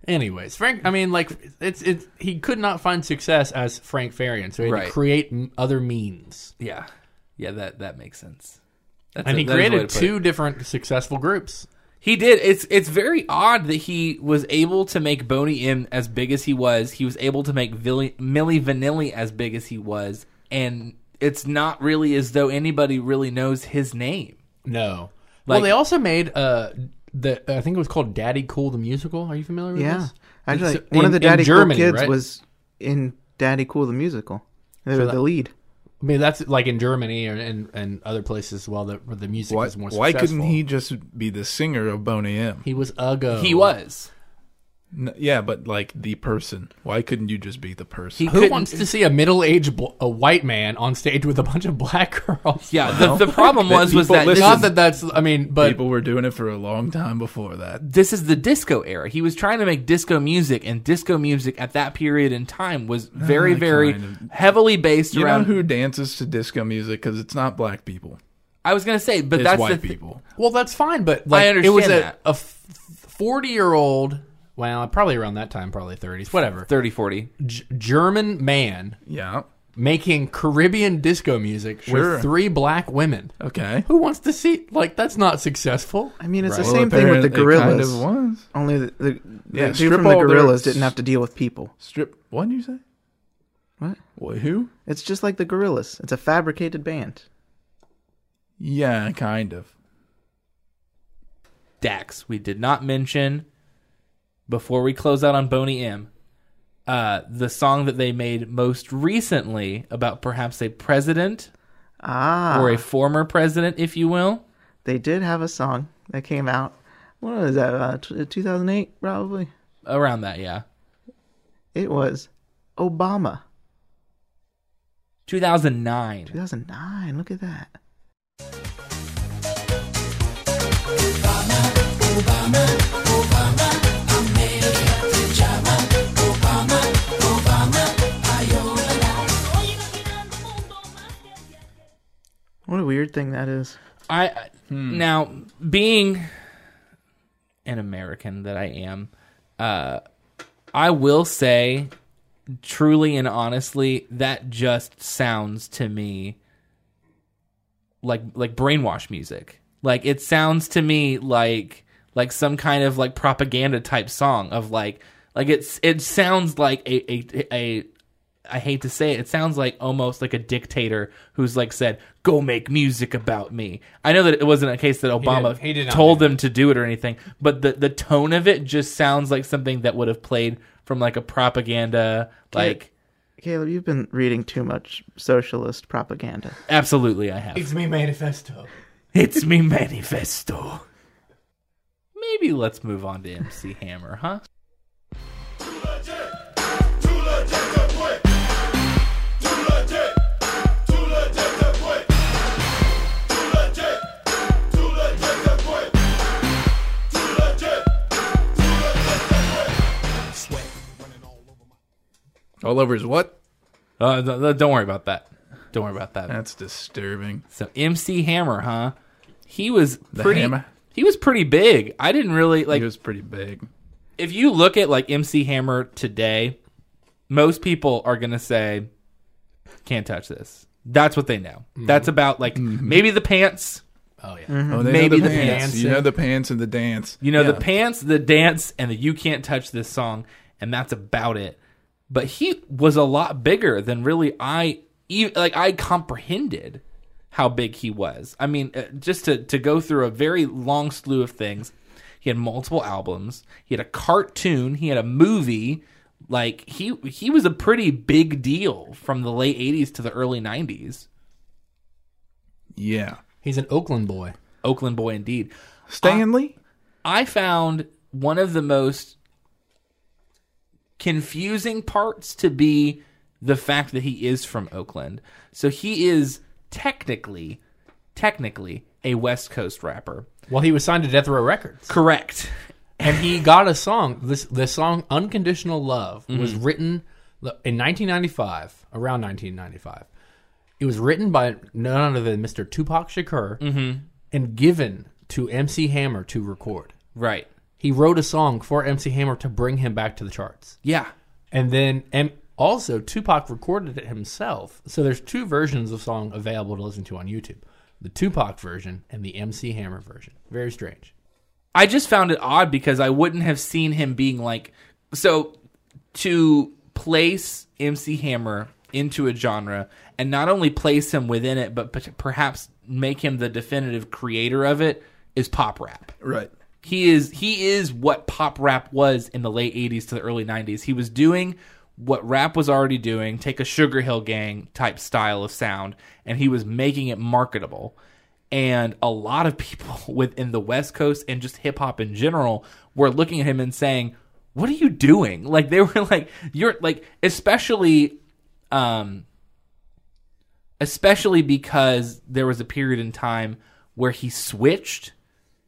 Speaker 1: Anyways, Frank. I mean, like it's it's he could not find success as Frank Farian, so he had
Speaker 4: Right.
Speaker 1: to create m- other means,
Speaker 4: Yeah. Yeah, that that makes sense. That's
Speaker 1: and
Speaker 4: a-
Speaker 1: he
Speaker 4: that is a way
Speaker 1: created
Speaker 4: to put it.
Speaker 1: two different successful groups.
Speaker 4: He did. It's it's very odd that he was able to make Boney M as big as he was. He was able to make Villi- Millie Vanilli as big as he was, and it's not really as though anybody really knows his name.
Speaker 1: No, well,
Speaker 4: Like-
Speaker 1: they also made uh the I think it was called Daddy Cool the musical. Are you familiar with
Speaker 2: Yeah,
Speaker 1: this?
Speaker 2: actually,
Speaker 1: It's
Speaker 2: one
Speaker 1: in-
Speaker 2: of the
Speaker 1: in
Speaker 2: Daddy
Speaker 1: Germany,
Speaker 2: Cool kids
Speaker 1: right?
Speaker 2: was in Daddy Cool the musical. They
Speaker 1: So
Speaker 2: were
Speaker 1: that-
Speaker 2: the lead.
Speaker 1: I mean, that's like in Germany and and, and other places as well that where the music
Speaker 3: why,
Speaker 1: is more.
Speaker 3: why
Speaker 1: successful.
Speaker 3: couldn't he just be the singer of Boney M?
Speaker 1: He was Ugo.
Speaker 4: He was.
Speaker 3: N- yeah, but like the person. Why couldn't you just be the person?
Speaker 4: He
Speaker 1: Who
Speaker 4: couldn't-
Speaker 1: wants to see a middle-aged bl- a white man on stage with a bunch of black girls?
Speaker 4: Yeah. the, the problem
Speaker 3: That
Speaker 4: was was
Speaker 3: people
Speaker 4: that this,
Speaker 3: listen-
Speaker 1: Not that that's. I mean, but
Speaker 3: People were doing it for a long time before that.
Speaker 4: this is the disco era. He was trying to make disco music, and disco music at that period in time was very very
Speaker 3: kind
Speaker 4: heavily based
Speaker 3: Ah, You
Speaker 4: around.
Speaker 3: know who dances to disco music? Because it's not black people.
Speaker 4: I was gonna say, but
Speaker 3: It's
Speaker 4: that's
Speaker 3: white
Speaker 4: the thi-
Speaker 3: people.
Speaker 1: Well, that's fine, but like, it
Speaker 4: understand
Speaker 1: was a
Speaker 4: that.
Speaker 1: a forty-year-old, well, probably around that time, probably thirties, whatever,
Speaker 4: 30, 40.
Speaker 1: G- German man
Speaker 3: Yeah.
Speaker 1: making Caribbean disco music
Speaker 3: Sure.
Speaker 1: with three black women.
Speaker 3: Okay.
Speaker 1: Who wants to see? Like, that's not successful.
Speaker 2: I mean, it's
Speaker 3: Well,
Speaker 2: the same thing with the
Speaker 3: apparently it kind
Speaker 2: gorillas.
Speaker 3: of was.
Speaker 2: Only the, the, the
Speaker 3: Yeah,
Speaker 2: dude
Speaker 3: strip
Speaker 2: from the
Speaker 3: all their-
Speaker 2: gorillas didn't have to deal with people.
Speaker 3: Strip. What did you say?
Speaker 2: What?
Speaker 3: What? Who?
Speaker 2: It's just like the gorillas. It's a fabricated band.
Speaker 3: Yeah, kind of.
Speaker 4: Dax. We did not mention before we close out on Boney M. Uh, the song that they made most recently about perhaps a president
Speaker 2: Ah,
Speaker 4: or a former president, if you will.
Speaker 2: they did have a song that came out. What was that? Uh, t- 2008, probably.
Speaker 4: Around that, yeah.
Speaker 2: It was Obama.
Speaker 4: 2009.
Speaker 2: 2009. Look at that. What a weird thing that is.
Speaker 4: I I- now being an American that I am, uh, I will say truly and honestly that just sounds to me like like brainwash music. Like it sounds to me like like some kind of like propaganda type song of like like it's it sounds like a a a I hate to say it, it sounds like almost like a dictator who's like said, "Go make music about me." I know that it wasn't a case that Obama
Speaker 1: did- he did not
Speaker 4: told
Speaker 1: do
Speaker 4: them to do it or anything, but the the tone of it just sounds like something that would have played from like a propaganda like
Speaker 2: Caleb, you've been reading too much socialist propaganda.
Speaker 4: absolutely I have.
Speaker 1: me, manifesto.
Speaker 4: It's me manifesto. Maybe let's move on to MC Hammer, huh?
Speaker 3: All over his what?
Speaker 4: Uh, th- th- don't worry about that. Don't worry about that.
Speaker 3: That's disturbing.
Speaker 4: So MC Hammer, huh? He was
Speaker 3: The
Speaker 4: pretty.
Speaker 3: Hammer?
Speaker 4: He was pretty big. I didn't really like.
Speaker 3: He was pretty big.
Speaker 4: If you look at like MC Hammer today, most people are gonna say, "Can't touch this." That's what they know.
Speaker 3: Mm-hmm.
Speaker 4: That's about like maybe the pants.
Speaker 1: Oh yeah.
Speaker 3: Oh, they
Speaker 4: Mm-hmm. maybe
Speaker 3: know
Speaker 4: the
Speaker 3: the, pants.
Speaker 4: pants.
Speaker 3: You know the pants and the dance.
Speaker 4: You know, the
Speaker 3: Yeah.
Speaker 4: pants, the dance, and the you can't touch this song, and that's about it. But he was a lot bigger than really I even like I comprehended how big he was. I mean, uh, just to to go through a very long slew of things. He had multiple albums. He had a cartoon. He had a movie. Like he he was a pretty big deal from the late '80s to the early '90s.
Speaker 3: Yeah.
Speaker 1: He's an Oakland boy.
Speaker 4: Oakland boy indeed. Uh,
Speaker 3: Stanley?
Speaker 4: I found one of the most confusing parts to be the fact that he is from Oakland. So he is technically, technically a West Coast rapper.
Speaker 1: Well, he was signed to Death Row Records.
Speaker 4: Correct.
Speaker 1: and he got a song. This the song "Unconditional Love" was written in 1995, around 1995. It was written by none other than Mr. Tupac Shakur and given to MC Hammer to record.
Speaker 4: Right.
Speaker 1: He wrote a song for MC Hammer to bring him back to the charts,
Speaker 4: Yeah.
Speaker 1: and then and also Tupac recorded it himself. So there's two versions of the song available to listen to on YouTube: the Tupac version and the MC Hammer version. Very strange.
Speaker 4: I just found it odd because I wouldn't have seen him being like so to place MC Hammer into a genre and not only place him within it but p- perhaps make him the definitive creator of it is pop rap.
Speaker 3: Right.
Speaker 4: He is he is what pop rap was in the late 80s to the early 90s. He was doing what rap was already doing, take a Sugar Hill Gang type style of sound, and he was making it marketable. And a lot of people within the West Coast and just hip hop in general were looking at him and saying, "What are you doing?" Like they were like, "You're like," especially um, especially because there was a period in time where he switched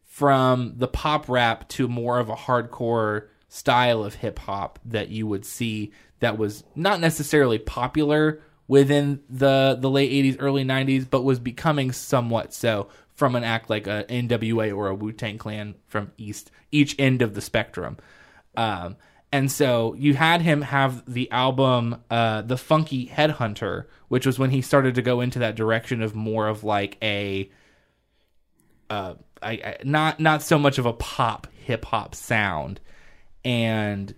Speaker 4: from the pop rap to more of a hardcore style of hip hop that you would see that was not necessarily popular within the the late 80s early 90s but was becoming somewhat so from an act like a NWA or a Wu-Tang Clan from east each end of the spectrum um, and so you had him have the album, uh, The Funky Headhunter, which was when he started to go into that direction of more of like a, uh, I, I, not not so much of a pop hip hop sound, and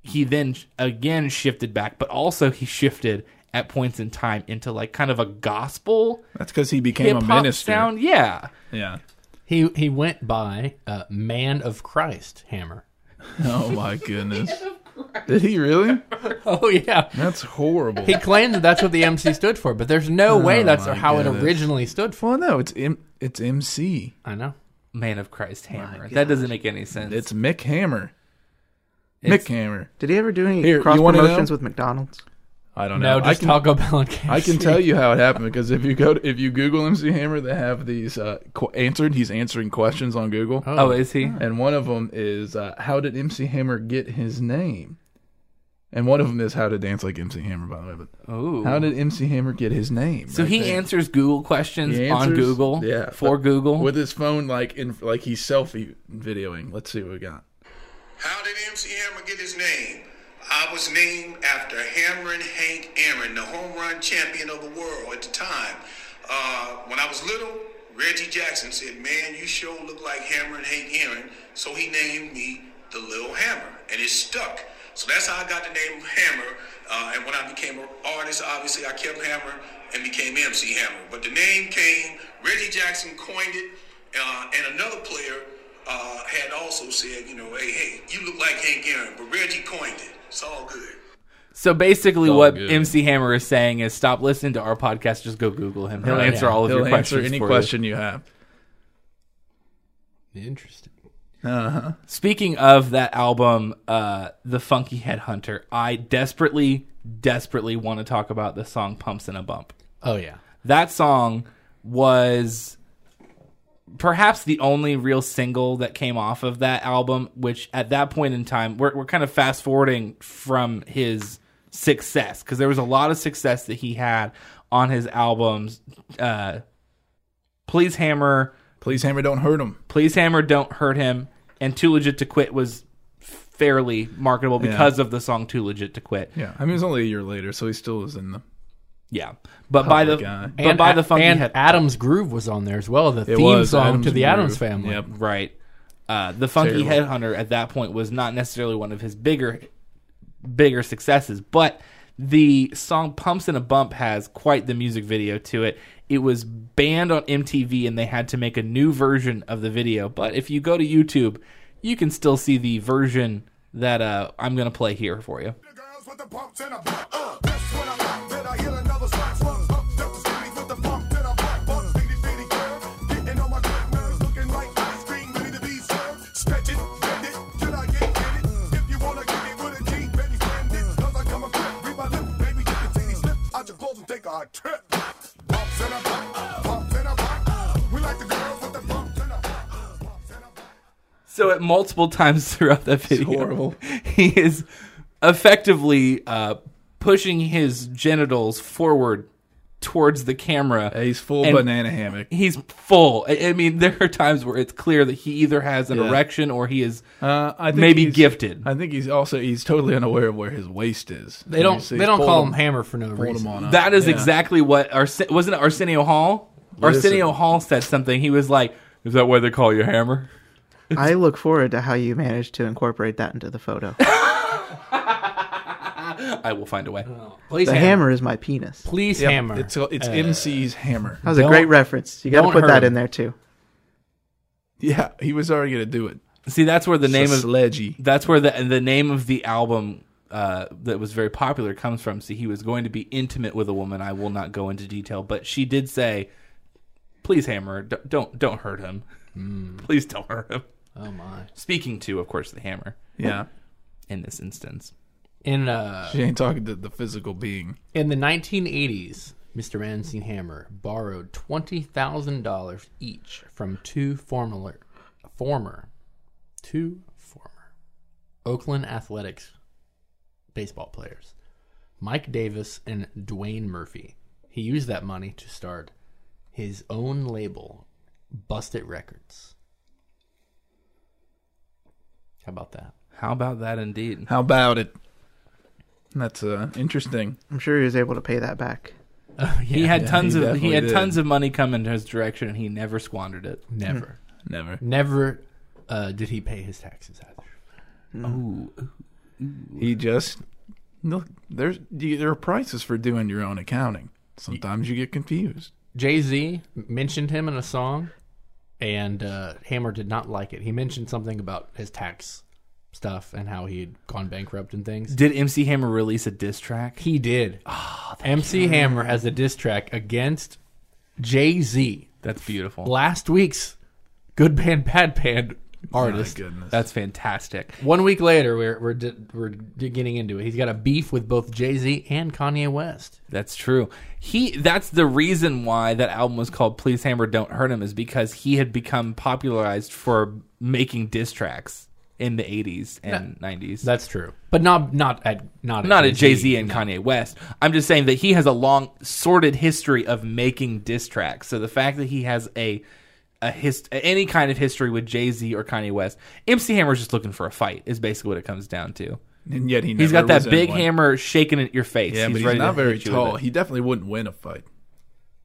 Speaker 4: he then sh- again shifted back, but also he shifted at points in time into like kind of a gospel
Speaker 3: That's because he became a
Speaker 4: hip-hop
Speaker 3: minister.
Speaker 4: sound. Yeah,
Speaker 3: Yeah.
Speaker 1: He he went by uh, Man of Christ Hammer.
Speaker 3: Oh my goodness. Did he really?
Speaker 1: Oh yeah.
Speaker 3: That's horrible.
Speaker 1: He claimed that that's what the MC stood for, but there's no way
Speaker 3: Oh,
Speaker 1: that's
Speaker 3: my
Speaker 1: how it
Speaker 3: goodness.
Speaker 1: originally stood for.
Speaker 3: well, no, it's M- it's MC.
Speaker 1: I know.
Speaker 4: Man of Christ Hammer. That doesn't make any sense.
Speaker 3: It's Mick Hammer. Mick
Speaker 4: It's-
Speaker 3: Hammer.
Speaker 2: Did he ever do any
Speaker 3: Here,
Speaker 2: cross
Speaker 3: you wanna
Speaker 2: promotions
Speaker 3: know?
Speaker 2: with McDonald's?
Speaker 3: I don't
Speaker 1: No,
Speaker 3: know. I
Speaker 1: just
Speaker 3: can,
Speaker 1: Taco Bell and KFC.
Speaker 3: I can tell you how it happened because if you go to, if you Google MC Hammer, they have these uh, qu- answered. He's answering questions on Google.
Speaker 4: oh, is he?
Speaker 3: And one of them is uh, how did MC Hammer get his name? And one of them is how to dance like MC Hammer. By the way, but
Speaker 4: Oh,
Speaker 3: how did MC Hammer get his name?
Speaker 4: So
Speaker 3: right
Speaker 4: he
Speaker 3: there.
Speaker 4: answers Google questions
Speaker 3: He
Speaker 4: on
Speaker 3: answers-
Speaker 4: Google
Speaker 3: yeah,
Speaker 4: for
Speaker 3: but
Speaker 4: Google.
Speaker 3: with his phone, like in like he's selfie videoing. Let's see what we got.
Speaker 13: How did MC Hammer get his name? I was named after Hammerin Hank Aaron, the home run champion of the world at the time. Uh, when I was little, Reggie Jackson said, Man, you sure look like Hammerin Hank Aaron. So he named me the Little Hammer, and it stuck. So that's how I got the name Hammer. Uh, and when I became an artist, obviously I kept Hammer and became MC Hammer. But the name came, Reggie Jackson coined it, uh, and another player uh, had also said, you know, hey, hey, you look like Hank Aaron, but Reggie coined it. It's all good.
Speaker 4: so basically,
Speaker 3: all
Speaker 4: what
Speaker 3: good.
Speaker 4: MC Hammer is saying is stop listening to our podcast. Just go Google him. He'll
Speaker 3: Right.
Speaker 4: answer all of
Speaker 3: He'll
Speaker 4: your
Speaker 3: answer
Speaker 4: questions.
Speaker 3: any
Speaker 4: for you.
Speaker 3: question you have.
Speaker 1: Interesting.
Speaker 4: Speaking of that album, uh, The Funky Headhunter, I desperately, desperately want to talk about the song Pumps and a Bump.
Speaker 1: Oh yeah.
Speaker 4: that song was perhaps the only real single that came off of that album which at that point in time we're, we're kind of fast forwarding from his success because there was a lot of success that he had on his albums uh please hammer
Speaker 3: Please hammer, don't hurt him.
Speaker 4: Please hammer, don't hurt him. And too legit to quit was fairly marketable
Speaker 3: Yeah.
Speaker 4: because of the song "Too Legit to Quit."
Speaker 3: Yeah, I mean it's only a year later, so he still is in the.
Speaker 4: Yeah, but by the
Speaker 3: Public eye.
Speaker 4: but by the funky
Speaker 1: and
Speaker 4: head,
Speaker 1: Adam's Groove was on there as well. The
Speaker 4: It
Speaker 1: theme
Speaker 4: was
Speaker 1: song
Speaker 4: Adam's
Speaker 1: to the
Speaker 4: Groove.
Speaker 1: Adams Family.
Speaker 4: Yep. Right. Uh, the Funky
Speaker 1: Terrible.
Speaker 4: Headhunter at that point was not necessarily one of his bigger bigger successes, but the song Pumps and a Bump has quite the music video to it. It was banned on MTV and they had to make a new version of the video. But if you go to YouTube, you can still see the version that uh, I'm going to play here for you.
Speaker 13: Uh,
Speaker 4: So at multiple times throughout that video,
Speaker 3: horrible.
Speaker 4: he is effectively uh, pushing his genitals forward towards the camera.
Speaker 3: he's full banana hammock.
Speaker 4: He's full. I, I mean, there are times where it's clear that he either has an
Speaker 3: Yeah.
Speaker 4: erection or he is
Speaker 3: Uh, I think
Speaker 4: maybe
Speaker 3: he's-
Speaker 4: gifted.
Speaker 3: I think he's also he's totally unaware of where his waist is.
Speaker 4: They don't-
Speaker 3: So he's
Speaker 4: they don't
Speaker 3: pulled
Speaker 4: call
Speaker 1: him Hammer for no
Speaker 3: pulled
Speaker 1: reason.
Speaker 3: Him on up.
Speaker 4: That is
Speaker 3: Yeah.
Speaker 4: exactly what Arse- wasn't it Arsenio Hall.
Speaker 3: Listen.
Speaker 4: Arsenio Hall said something. He was like, "Is that why they call you Hammer?"
Speaker 2: I look forward to how you manage to incorporate that into the photo.
Speaker 4: I will find a way.
Speaker 2: the hammer is my penis.
Speaker 1: Please
Speaker 3: Yep,
Speaker 1: hammer. Uh,
Speaker 3: It's it's MC's hammer.
Speaker 2: That was a great reference. You got to
Speaker 3: don't
Speaker 2: put
Speaker 3: hurt
Speaker 2: that
Speaker 3: him.
Speaker 2: in there too.
Speaker 3: Yeah, he was already gonna do it.
Speaker 4: See, that's where the
Speaker 3: It's
Speaker 4: name
Speaker 3: a
Speaker 4: of
Speaker 3: sledgy.
Speaker 4: That's where the the name of the album uh, that was very popular comes from. See, he was going to be intimate with a woman. I will not go into detail, but she did say, "Please, Hammer, d- don't don't hurt him.
Speaker 3: Hmm.
Speaker 4: Please don't hurt him."
Speaker 1: Oh my.
Speaker 4: Speaking to, of course, the Hammer.
Speaker 3: Yeah.
Speaker 4: In this instance,
Speaker 1: In uh,
Speaker 3: She ain't talking to the physical being.
Speaker 1: in the 1980s, Mr. Mancini Hammer borrowed twenty thousand dollars each from two former former two former Oakland Athletics baseball players, Mike Davis and Dwayne Murphy. He used that money to start his own label, Busted Records. How about that?
Speaker 4: how about that? Indeed.
Speaker 3: How about it? That's uh, interesting.
Speaker 2: I'm sure he was able to pay that back.
Speaker 4: He had
Speaker 3: Yeah,
Speaker 4: tons
Speaker 3: he
Speaker 4: of he
Speaker 3: definitely
Speaker 4: had
Speaker 3: did.
Speaker 4: tons of money come into his direction, and he never squandered it.
Speaker 1: Never.
Speaker 3: Never.
Speaker 1: Never uh, did he pay his taxes either.
Speaker 4: Ooh.
Speaker 3: He just look. There's you- there are prices for doing your own accounting. Sometimes you get confused.
Speaker 1: Jay Z mentioned him in a song, and uh, Hammer did not like it. He mentioned something about his tax stuff and how he had gone bankrupt and things.
Speaker 4: Did MC Hammer release a diss track?
Speaker 1: He did. MC Hammer has a diss track against Jay Z,
Speaker 4: That's beautiful.
Speaker 1: last week's Good Band Bad Band artist.
Speaker 3: goodness.
Speaker 4: That's fantastic.
Speaker 1: One week later, we're we're di- we're di- getting into it. He's got a beef with both Jay Z and Kanye West.
Speaker 4: That's true. He that's the reason why that album was called Please Hammer Don't Hurt Him is because he had become popularized for making diss tracks in the 80s and 90s.
Speaker 1: That's true, but not not at not at
Speaker 4: not at
Speaker 1: Jay-Z.
Speaker 4: Jay-Z and Kanye West. I'm just saying that he has a long sordid history of making diss tracks. So the fact that he has a a hist- any kind of history with Jay-Z or Kanye West, MC Hammer's just looking for a fight is basically what it comes down to.
Speaker 3: And yet he
Speaker 4: He's
Speaker 3: never
Speaker 4: got that
Speaker 3: was in
Speaker 4: big
Speaker 3: one.
Speaker 4: hammer shaking at your face.
Speaker 3: Yeah, but he's
Speaker 4: ready to
Speaker 3: not very
Speaker 4: hit you with
Speaker 3: tall.
Speaker 4: it.
Speaker 3: He definitely wouldn't win a fight.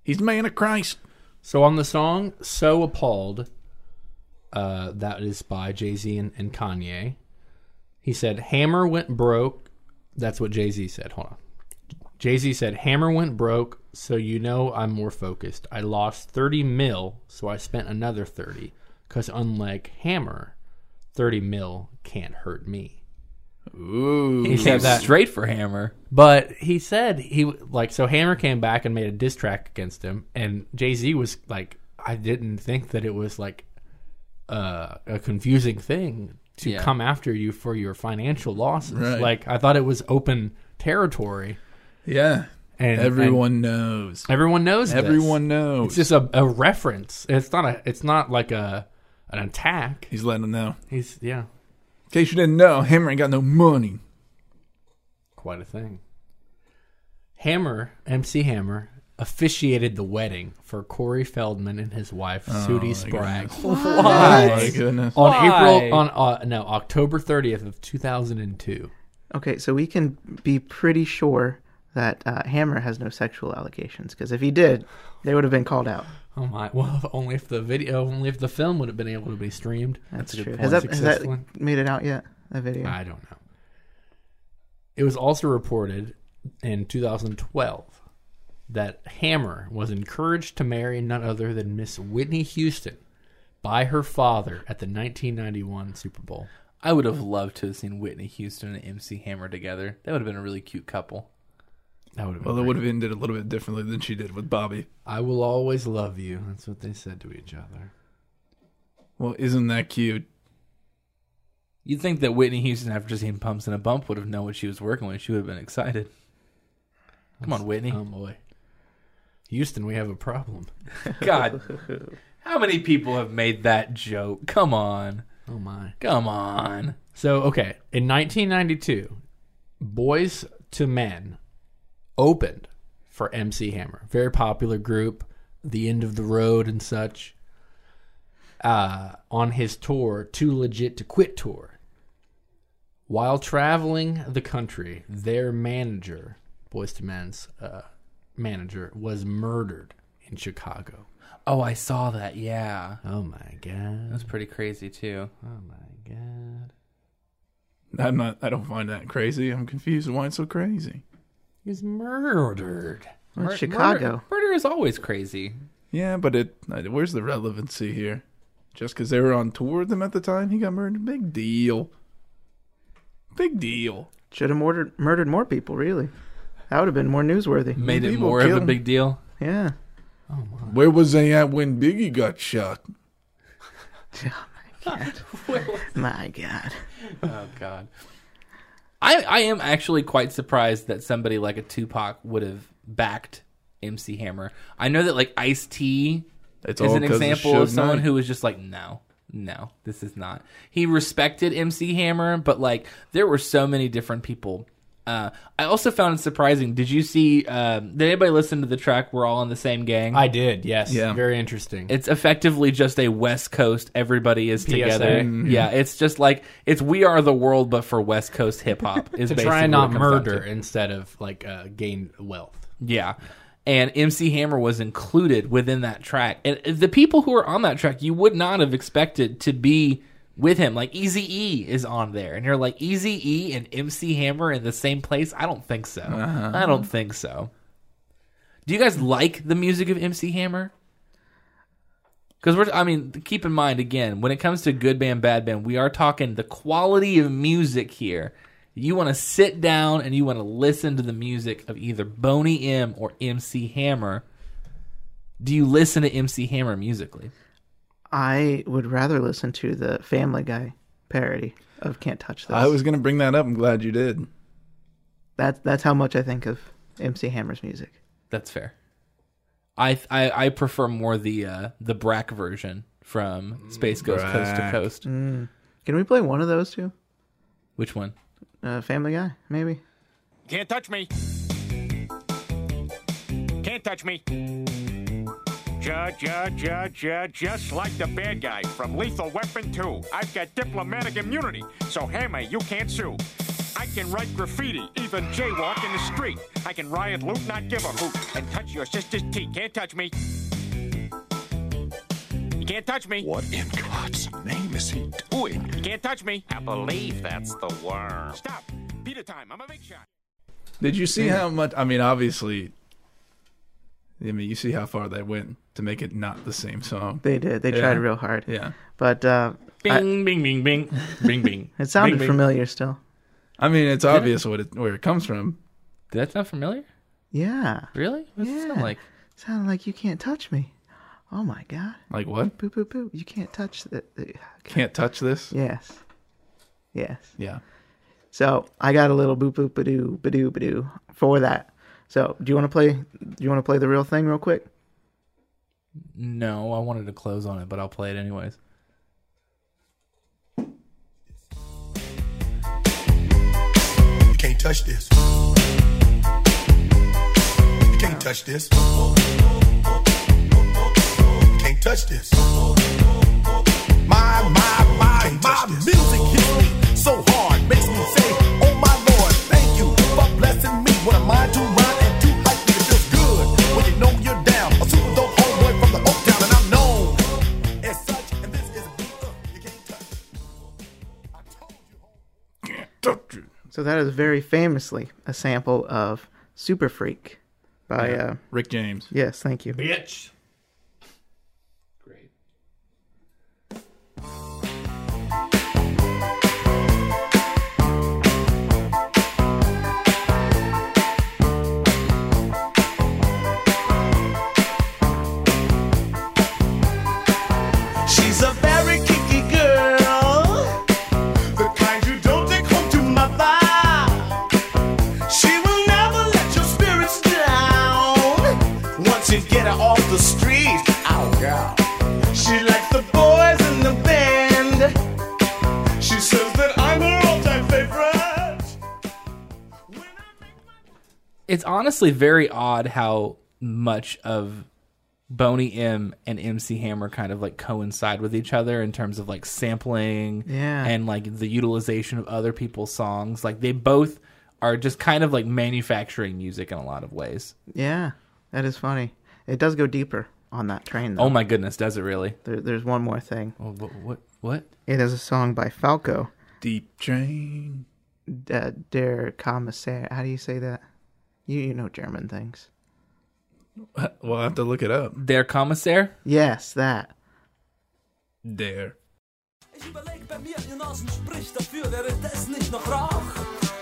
Speaker 3: He's the man of Christ.
Speaker 1: So on the song "So Appalled," uh, that is by Jay Z and, and Kanye. He said, "Hammer went broke." That's what Jay Z said. Hold on. Jay Z said, "Hammer went broke, so you know I'm more focused. I lost thirty mil, so I spent another thirty. Cause unlike Hammer, thirty mil can't hurt me."
Speaker 3: Ooh.
Speaker 1: He
Speaker 4: Came
Speaker 1: said that
Speaker 4: straight for Hammer.
Speaker 1: but he said he like so Hammer came back and made a diss track against him, and Jay Z was like, I didn't think that it was like uh, a confusing thing to
Speaker 4: Yeah.
Speaker 1: come after you for your financial losses.
Speaker 3: Right.
Speaker 1: Like I thought it was open territory.
Speaker 3: Yeah.
Speaker 1: And-
Speaker 3: everyone knows.
Speaker 1: Everyone knows. this.
Speaker 3: Everyone knows.
Speaker 1: It's just a, a reference. It's not a. It's not like a an attack.
Speaker 3: He's letting them know.
Speaker 1: He's yeah,
Speaker 3: In case you didn't know, Hammer ain't got no money.
Speaker 1: quite a thing. Hammer, MC Hammer, officiated the wedding for Corey Feldman and his wife
Speaker 3: Oh,
Speaker 1: Sudie
Speaker 3: my
Speaker 1: Sprague.
Speaker 3: goodness. Why? Oh, my goodness.
Speaker 1: On
Speaker 3: Why?
Speaker 1: April on uh, no October 30th of 2002.
Speaker 2: Okay, so we can be pretty sure that uh, Hammer has no sexual allegations because if he did, they would have been called out.
Speaker 1: Oh my! Well, if- only if the video, only if the film would have been able to be streamed.
Speaker 2: That's, true. Has that, has that
Speaker 1: Successfully.
Speaker 2: made it out yet? That video?
Speaker 1: I don't know. It was also reported in 2012 that Hammer was encouraged to marry none other than Miss Whitney Houston by her father at the 1991 Super Bowl.
Speaker 4: I would have loved to have seen Whitney Houston and MC Hammer together. That would have been a really cute couple.
Speaker 1: That would have
Speaker 3: Well, it would have ended a little bit differently than she did with Bobby.
Speaker 1: I will always love you. That's what they said to each other.
Speaker 3: Well, isn't that cute?
Speaker 4: You'd think that Whitney Houston, after seeing Pumps and a Bump, would have known what she was working with. She would have been excited. Come on, Whitney.
Speaker 3: um,
Speaker 1: Oh boy, Houston, we have a problem.
Speaker 4: God, how many people have made that joke? Come on.
Speaker 1: Oh my.
Speaker 4: Come on.
Speaker 1: So okay, in 1992, Boys to Men opened for MC Hammer, very popular group, The End of the Road and such. Uh, on his tour, Too Legit to Quit tour. While traveling the country, their manager, Boys to Men's uh, manager, was murdered in Chicago.
Speaker 4: Oh, I saw that. Yeah.
Speaker 1: Oh my god.
Speaker 4: That's pretty crazy too.
Speaker 1: Oh my god.
Speaker 3: I'm not. I don't find that crazy. I'm confused why it's so crazy.
Speaker 1: He was murdered.
Speaker 2: Well,
Speaker 4: Mur-
Speaker 2: Chicago.
Speaker 4: Murder, murder is always crazy.
Speaker 3: Yeah, but it. uh, Where's the relevancy here? Just because they were on tour with him at the time, he got murdered. Big deal. Big deal.
Speaker 2: Should have murdered, murdered more people, really. That would have been more newsworthy.
Speaker 4: Made it
Speaker 3: People
Speaker 4: more of
Speaker 3: kill
Speaker 4: a
Speaker 3: him.
Speaker 4: big deal.
Speaker 2: Yeah.
Speaker 3: Where was they at when Biggie got shot?
Speaker 2: My God.
Speaker 4: Oh God. I I am actually quite surprised that somebody like a Tupac would have backed MC Hammer. I know that like Ice T
Speaker 3: It's
Speaker 4: is
Speaker 3: all
Speaker 4: an
Speaker 3: 'cause of
Speaker 4: example of
Speaker 3: Suge
Speaker 4: someone
Speaker 3: Knight.
Speaker 4: who was just like, no, no, this is not. He respected MC Hammer, but like there were so many different people. Uh, I also found it surprising. Did you see? Um, did anybody listen to the track? We're all in the same gang.
Speaker 1: I did, yes.
Speaker 3: Yeah.
Speaker 1: Very interesting.
Speaker 4: It's effectively just a West Coast. Everybody is
Speaker 1: PSA.
Speaker 4: together.
Speaker 1: Mhm.
Speaker 4: Yeah, it's just like it's We Are the World, but for West Coast hip hop. Is
Speaker 1: to
Speaker 4: basically
Speaker 1: try and
Speaker 4: what
Speaker 1: not
Speaker 4: it comes down
Speaker 1: murder
Speaker 4: to.
Speaker 1: instead of like uh, gain wealth.
Speaker 4: Yeah. And MC Hammer was included within that track. And uh, the people who are on that track, you would not have expected to be with him. Like Easy E is on there. And you're like, Easy E and MC Hammer in the same place? I don't think so.
Speaker 1: Uh-huh.
Speaker 4: I don't think so. Do you guys like the music of MC Hammer? Because we're, I mean, keep in mind again, when it comes to good band, bad band, we are talking the quality of music here. You want to sit down and you want to listen to the music of either Boney M or MC Hammer. Do you listen to MC Hammer musically?
Speaker 2: I would rather listen to the Family Guy parody of Can't Touch This.
Speaker 3: I was gonna bring that up. I'm glad you did.
Speaker 2: That, that's how much I think of MC Hammer's music.
Speaker 4: That's fair. I I, I prefer more the uh, the Brack version from Space Ghost Coast to
Speaker 3: Brack.
Speaker 4: Coast.
Speaker 2: Mm. Can we play one of those two?
Speaker 4: Which one?
Speaker 2: Uh, Family Guy, maybe?
Speaker 14: Can't touch me. Can't touch me. Ja, ja, ja, ja, just like the bad guy from Lethal Weapon 2. I've got diplomatic immunity, so hammer, you can't sue. I can write graffiti, even jaywalk in the street. I can riot, loot, not give a hoot, and touch your sister's tea. Can't touch me. You can't touch me. What in God's name is he doing? You can't touch me. I believe that's the worm. Stop. Peter time. I'm a big shot.
Speaker 3: Did you see
Speaker 14: Yeah.
Speaker 3: how much? I mean, obviously. I mean, you see how far they went to make it not the same song.
Speaker 2: They did. They
Speaker 3: Yeah.
Speaker 2: tried real hard.
Speaker 3: Yeah.
Speaker 2: But uh, I-
Speaker 4: Bing, bing, bing, bing, bing, bing.
Speaker 2: it sounded
Speaker 4: Bing, bing.
Speaker 2: familiar still.
Speaker 3: I mean, it's
Speaker 4: it?
Speaker 3: obvious what it, where it comes from.
Speaker 4: Did that sound familiar?
Speaker 2: Yeah.
Speaker 4: Really? What does it sound
Speaker 2: Yeah.
Speaker 4: like?
Speaker 2: Sounded like you can't touch me. Oh my god.
Speaker 3: Like what?
Speaker 2: Boo boo boo. You can't touch the. the-
Speaker 3: Can't touch this.
Speaker 2: Yes. Yes.
Speaker 3: Yeah.
Speaker 2: So I got a little boo boo ba doo ba doo ba doo for that. So do you want to play? Do you want to play the real thing real quick?
Speaker 4: No, I wanted to close on it, but I'll play it anyways.
Speaker 15: You can't touch this. You can't
Speaker 13: Can't touch this. Can't touch this. My, my, my, my music hits me so hard. Makes me say, oh my lord, thank you for blessing me. What a mind to run and to hype me. It feels good when you know you're down. A super dope homeboy from the Oak Town, and I'm known as such. And this is
Speaker 2: So that is very famously a sample of Super Freak by
Speaker 3: Yeah.
Speaker 2: uh,
Speaker 3: Rick James.
Speaker 2: Yes, thank you.
Speaker 1: Bitch.
Speaker 16: She's a very kinky girl, the kind you don't take home to mother. She will never let your spirits down. Once you get her off the street, oh girl. She likes the boys in the band. She says that I'm her all-time favorite.
Speaker 4: It's honestly very odd how much of Boney M and MC Hammer kind of like coincide with each other in terms of like sampling
Speaker 2: Yeah.
Speaker 4: and like the utilization of other people's songs. Like they both are just kind of like manufacturing music in a lot of ways.
Speaker 2: Yeah, that is funny. It does go deeper on that train, though.
Speaker 4: Oh my goodness, does it really?
Speaker 2: There, there's one more thing.
Speaker 4: Oh, what, what? What?
Speaker 2: It is a song by Falco.
Speaker 3: Deep Train.
Speaker 2: D- der Kommissar. How do you say that? You you know German things.
Speaker 3: Well, I have to look it up.
Speaker 4: Der Kommissar?
Speaker 2: Yes, that.
Speaker 3: There.
Speaker 8: Bei mir in Nasen spricht dafür, wäre das nicht noch Rauch?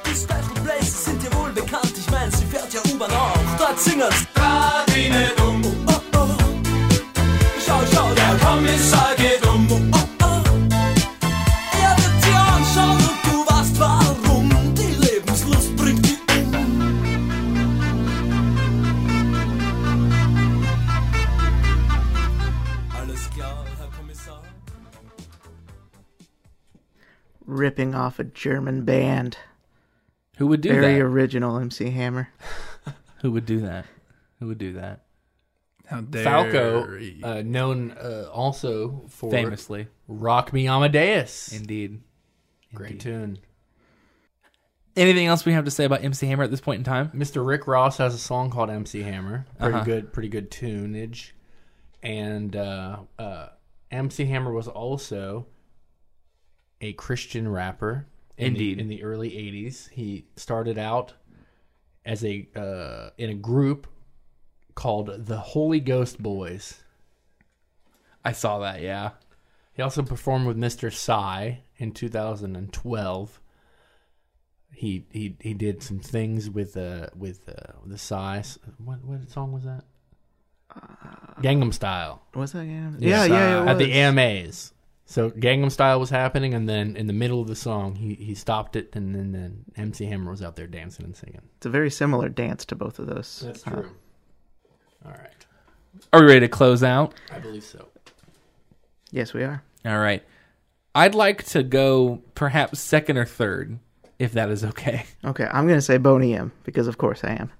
Speaker 8: Die Special Places sind dir wohl bekannt, ich mein, sie fährt ja U-Bahn auch. Dort singen's. Radine dumm. Oh, oh. Schau, schau, der Kommissar geht um. Oh, oh. Er wird sie anschauen und du weißt warum. Die Lebenslust bringt die um. Alles klar, Herr Kommissar.
Speaker 2: Ripping off a German band.
Speaker 4: Who would do
Speaker 2: Very
Speaker 4: that?
Speaker 2: original MC Hammer.
Speaker 4: Who would do that? Who would do that?
Speaker 3: How
Speaker 1: Falco, uh, known uh, also for
Speaker 4: Famously.
Speaker 1: "Rock Me Amadeus."
Speaker 4: Indeed,
Speaker 1: great tune.
Speaker 4: Anything else we have to say about MC Hammer at this point in time?
Speaker 1: Mr. Rick Ross has a song called "MC Hammer." Pretty
Speaker 4: Uh-huh.
Speaker 1: good, pretty good tunage. And uh, uh, MC Hammer was also a Christian rapper. in the-
Speaker 4: Indeed.
Speaker 1: in the early '80s, he started out as a uh, in a group called the Holy Ghost Boys.
Speaker 4: I saw that, yeah.
Speaker 1: He also performed with Mr. Psy in 2012. He he he did some things with uh with uh, the Psy. What what song was that? Gangnam Style.
Speaker 2: Was that Gangnam- Yeah, yeah, it
Speaker 1: uh, At the
Speaker 2: was.
Speaker 1: AMAs. So Gangnam Style was happening, and then in the middle of the song, he, he stopped it, and then, then MC Hammer was out there dancing and singing.
Speaker 2: It's a very similar dance to both of those.
Speaker 1: That's
Speaker 2: Uh,
Speaker 1: true.
Speaker 4: Are we ready to close out?
Speaker 1: I believe so.
Speaker 2: yes, we are.
Speaker 4: All right. I'd like to go perhaps second or third, if that is okay.
Speaker 2: Okay, I'm gonna say Boney M because of course I am.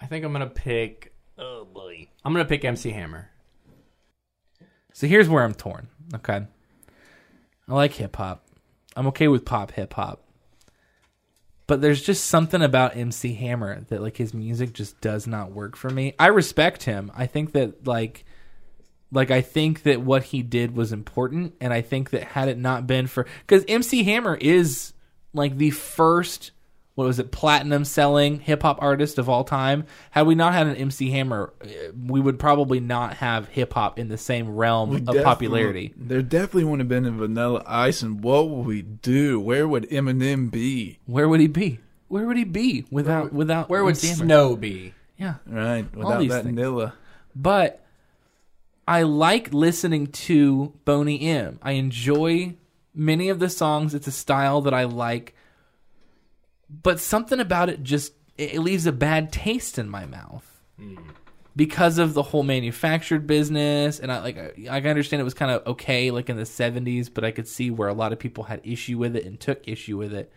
Speaker 1: I think I'm gonna pick. Oh boy, I'm gonna pick MC Hammer.
Speaker 4: So here's where I'm torn. Okay. I like hip hop. I'm okay with pop hip hop. But there's just something about MC Hammer that like his music just does not work for me. I respect him. I think that like like I think that what he did was important and I think that had it not been for cuz MC Hammer is like the first what was it platinum selling hip hop artist of all time. Had we not had an MC Hammer, eh, we would probably not have hip hop in the same realm
Speaker 3: We
Speaker 4: of
Speaker 3: definitely-
Speaker 4: popularity.
Speaker 3: There definitely wouldn't have been in Vanilla Ice, and what would we do? Where would Eminem be?
Speaker 4: Where would he be? Where would he be without without
Speaker 1: where would
Speaker 4: MC Hammer?
Speaker 1: Snow be?
Speaker 4: Yeah,
Speaker 3: right.
Speaker 4: All
Speaker 3: Without
Speaker 4: these
Speaker 3: that
Speaker 4: things.
Speaker 3: Nilla,
Speaker 4: But I like listening to Boney M. I enjoy many of the songs. It's a style that I like, but something about it just it it leaves a bad taste in my mouth
Speaker 1: Hmm.
Speaker 4: because of the whole manufactured business and i like I- i understand it was kind of okay like in the 70s but i could see where a lot of people had issue with it and took issue with it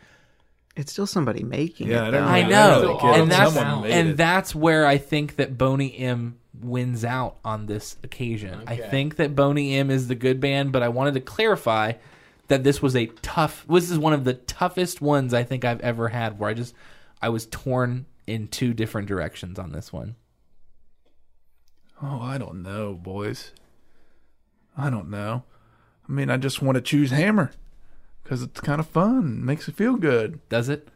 Speaker 2: It's still somebody making
Speaker 3: Yeah,
Speaker 2: it.
Speaker 3: I
Speaker 2: though.
Speaker 3: don't really
Speaker 4: I know,
Speaker 3: Like, uh,
Speaker 4: and that's
Speaker 3: someone made
Speaker 4: and
Speaker 3: it.
Speaker 4: that's where I think that Boney M wins out on this occasion. I
Speaker 1: Okay.
Speaker 4: think that Boney M is the good band, but I wanted to clarify that this was a tough. This is one of the toughest ones I think I've ever had, where I just I was torn in two different directions on this one.
Speaker 3: Oh, I don't know, boys. I don't know. I mean, I just want to choose Hammer because it's kind of fun. Makes me feel good.
Speaker 4: Does it?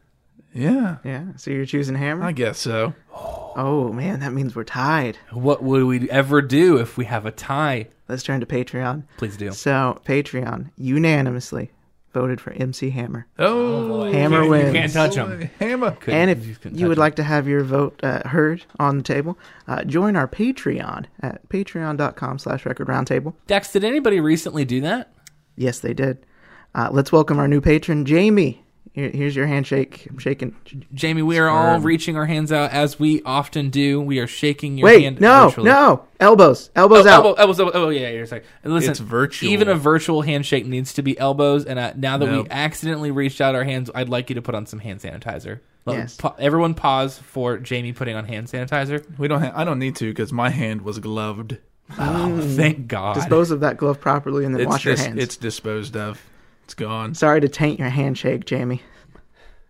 Speaker 3: Yeah.
Speaker 2: Yeah. So you're choosing Hammer? I
Speaker 3: guess so.
Speaker 2: Oh man, that means we're tied.
Speaker 4: What would we ever do if we have a tie?
Speaker 2: Let's turn to Patreon.
Speaker 4: Please do.
Speaker 2: So Patreon unanimously voted for MC Hammer.
Speaker 3: Oh, boy.
Speaker 2: Hammer
Speaker 3: You
Speaker 2: wins.
Speaker 3: can't touch him. Hammer. Couldn't-
Speaker 2: And
Speaker 3: you
Speaker 2: if you,
Speaker 3: couldn't
Speaker 2: would
Speaker 3: touch
Speaker 2: like to have your vote uh, heard on the table, uh, join our Patreon at patreon.com/slash Record Roundtable.
Speaker 4: Dex, did anybody recently do that?
Speaker 2: Yes, they did. Uh, let's welcome our new patron, Jamie. Here, here's your handshake. I'm shaking.
Speaker 4: Jamie, we are all reaching our hands out as we often do. We are shaking your
Speaker 2: Wait,
Speaker 4: hand.
Speaker 2: no,
Speaker 4: virtually.
Speaker 2: no, elbows, elbows
Speaker 4: oh,
Speaker 2: out.
Speaker 4: Elbow, elbows, elbow, oh yeah, you're sorry. And Listen,
Speaker 3: It's virtual.
Speaker 4: Even a virtual handshake needs to be elbows. And uh, now that
Speaker 3: Nope.
Speaker 4: we accidentally reached out our hands, I'd like you to put on some hand sanitizer. Let-
Speaker 3: Yes.
Speaker 4: pa- everyone, pause for Jamie putting on hand sanitizer.
Speaker 3: We don't. Ha- I don't need to because my hand was gloved.
Speaker 4: Oh, thank God.
Speaker 2: Dispose of that glove properly and then
Speaker 3: it's
Speaker 2: wash your
Speaker 3: dis-
Speaker 2: hands.
Speaker 3: It's disposed of. It's gone.
Speaker 2: Sorry to taint your handshake, Jamie.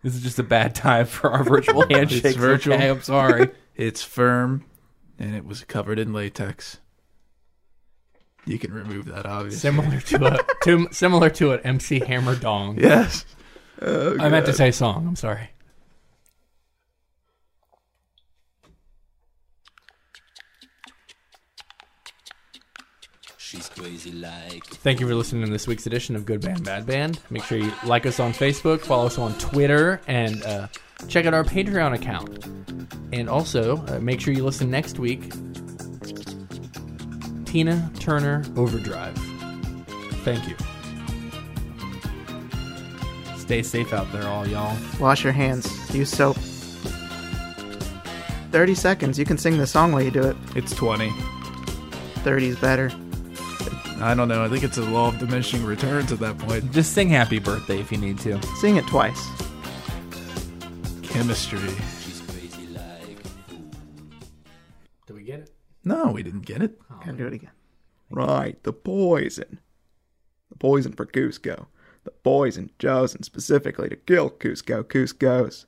Speaker 4: This is just a bad time for our virtual handshakes.
Speaker 3: It's virtual.
Speaker 4: okay? I'm sorry.
Speaker 3: it's firm, and it was covered in latex. You can remove that, obviously.
Speaker 1: Similar to a to, similar to an MC Hammer dong.
Speaker 3: Yes.
Speaker 1: I meant to
Speaker 3: God.
Speaker 1: say song. I'm sorry.
Speaker 17: She's crazy like.
Speaker 1: Thank you for listening to this week's edition of Good Band Bad Band. Make sure you like us on Facebook, follow us on Twitter, and uh, check out our Patreon account. And also, uh, make sure you listen next week. Tina Turner Overdrive. Thank you.
Speaker 4: Stay safe out there, all y'all.
Speaker 2: Wash your hands. Use soap. 30 seconds. You can sing the song while you do it.
Speaker 3: It's 20.
Speaker 2: 30's better.
Speaker 3: I don't know. I think it's a law of diminishing returns at that point.
Speaker 4: Just sing happy birthday if you need to.
Speaker 2: Sing it twice.
Speaker 3: Chemistry.
Speaker 1: Did we get it?
Speaker 3: No, we didn't get it.
Speaker 2: Gotta do it again. Right, the poison. The poison for Cusco. The poison chosen specifically to kill Cusco. Cusco's.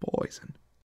Speaker 2: Poison.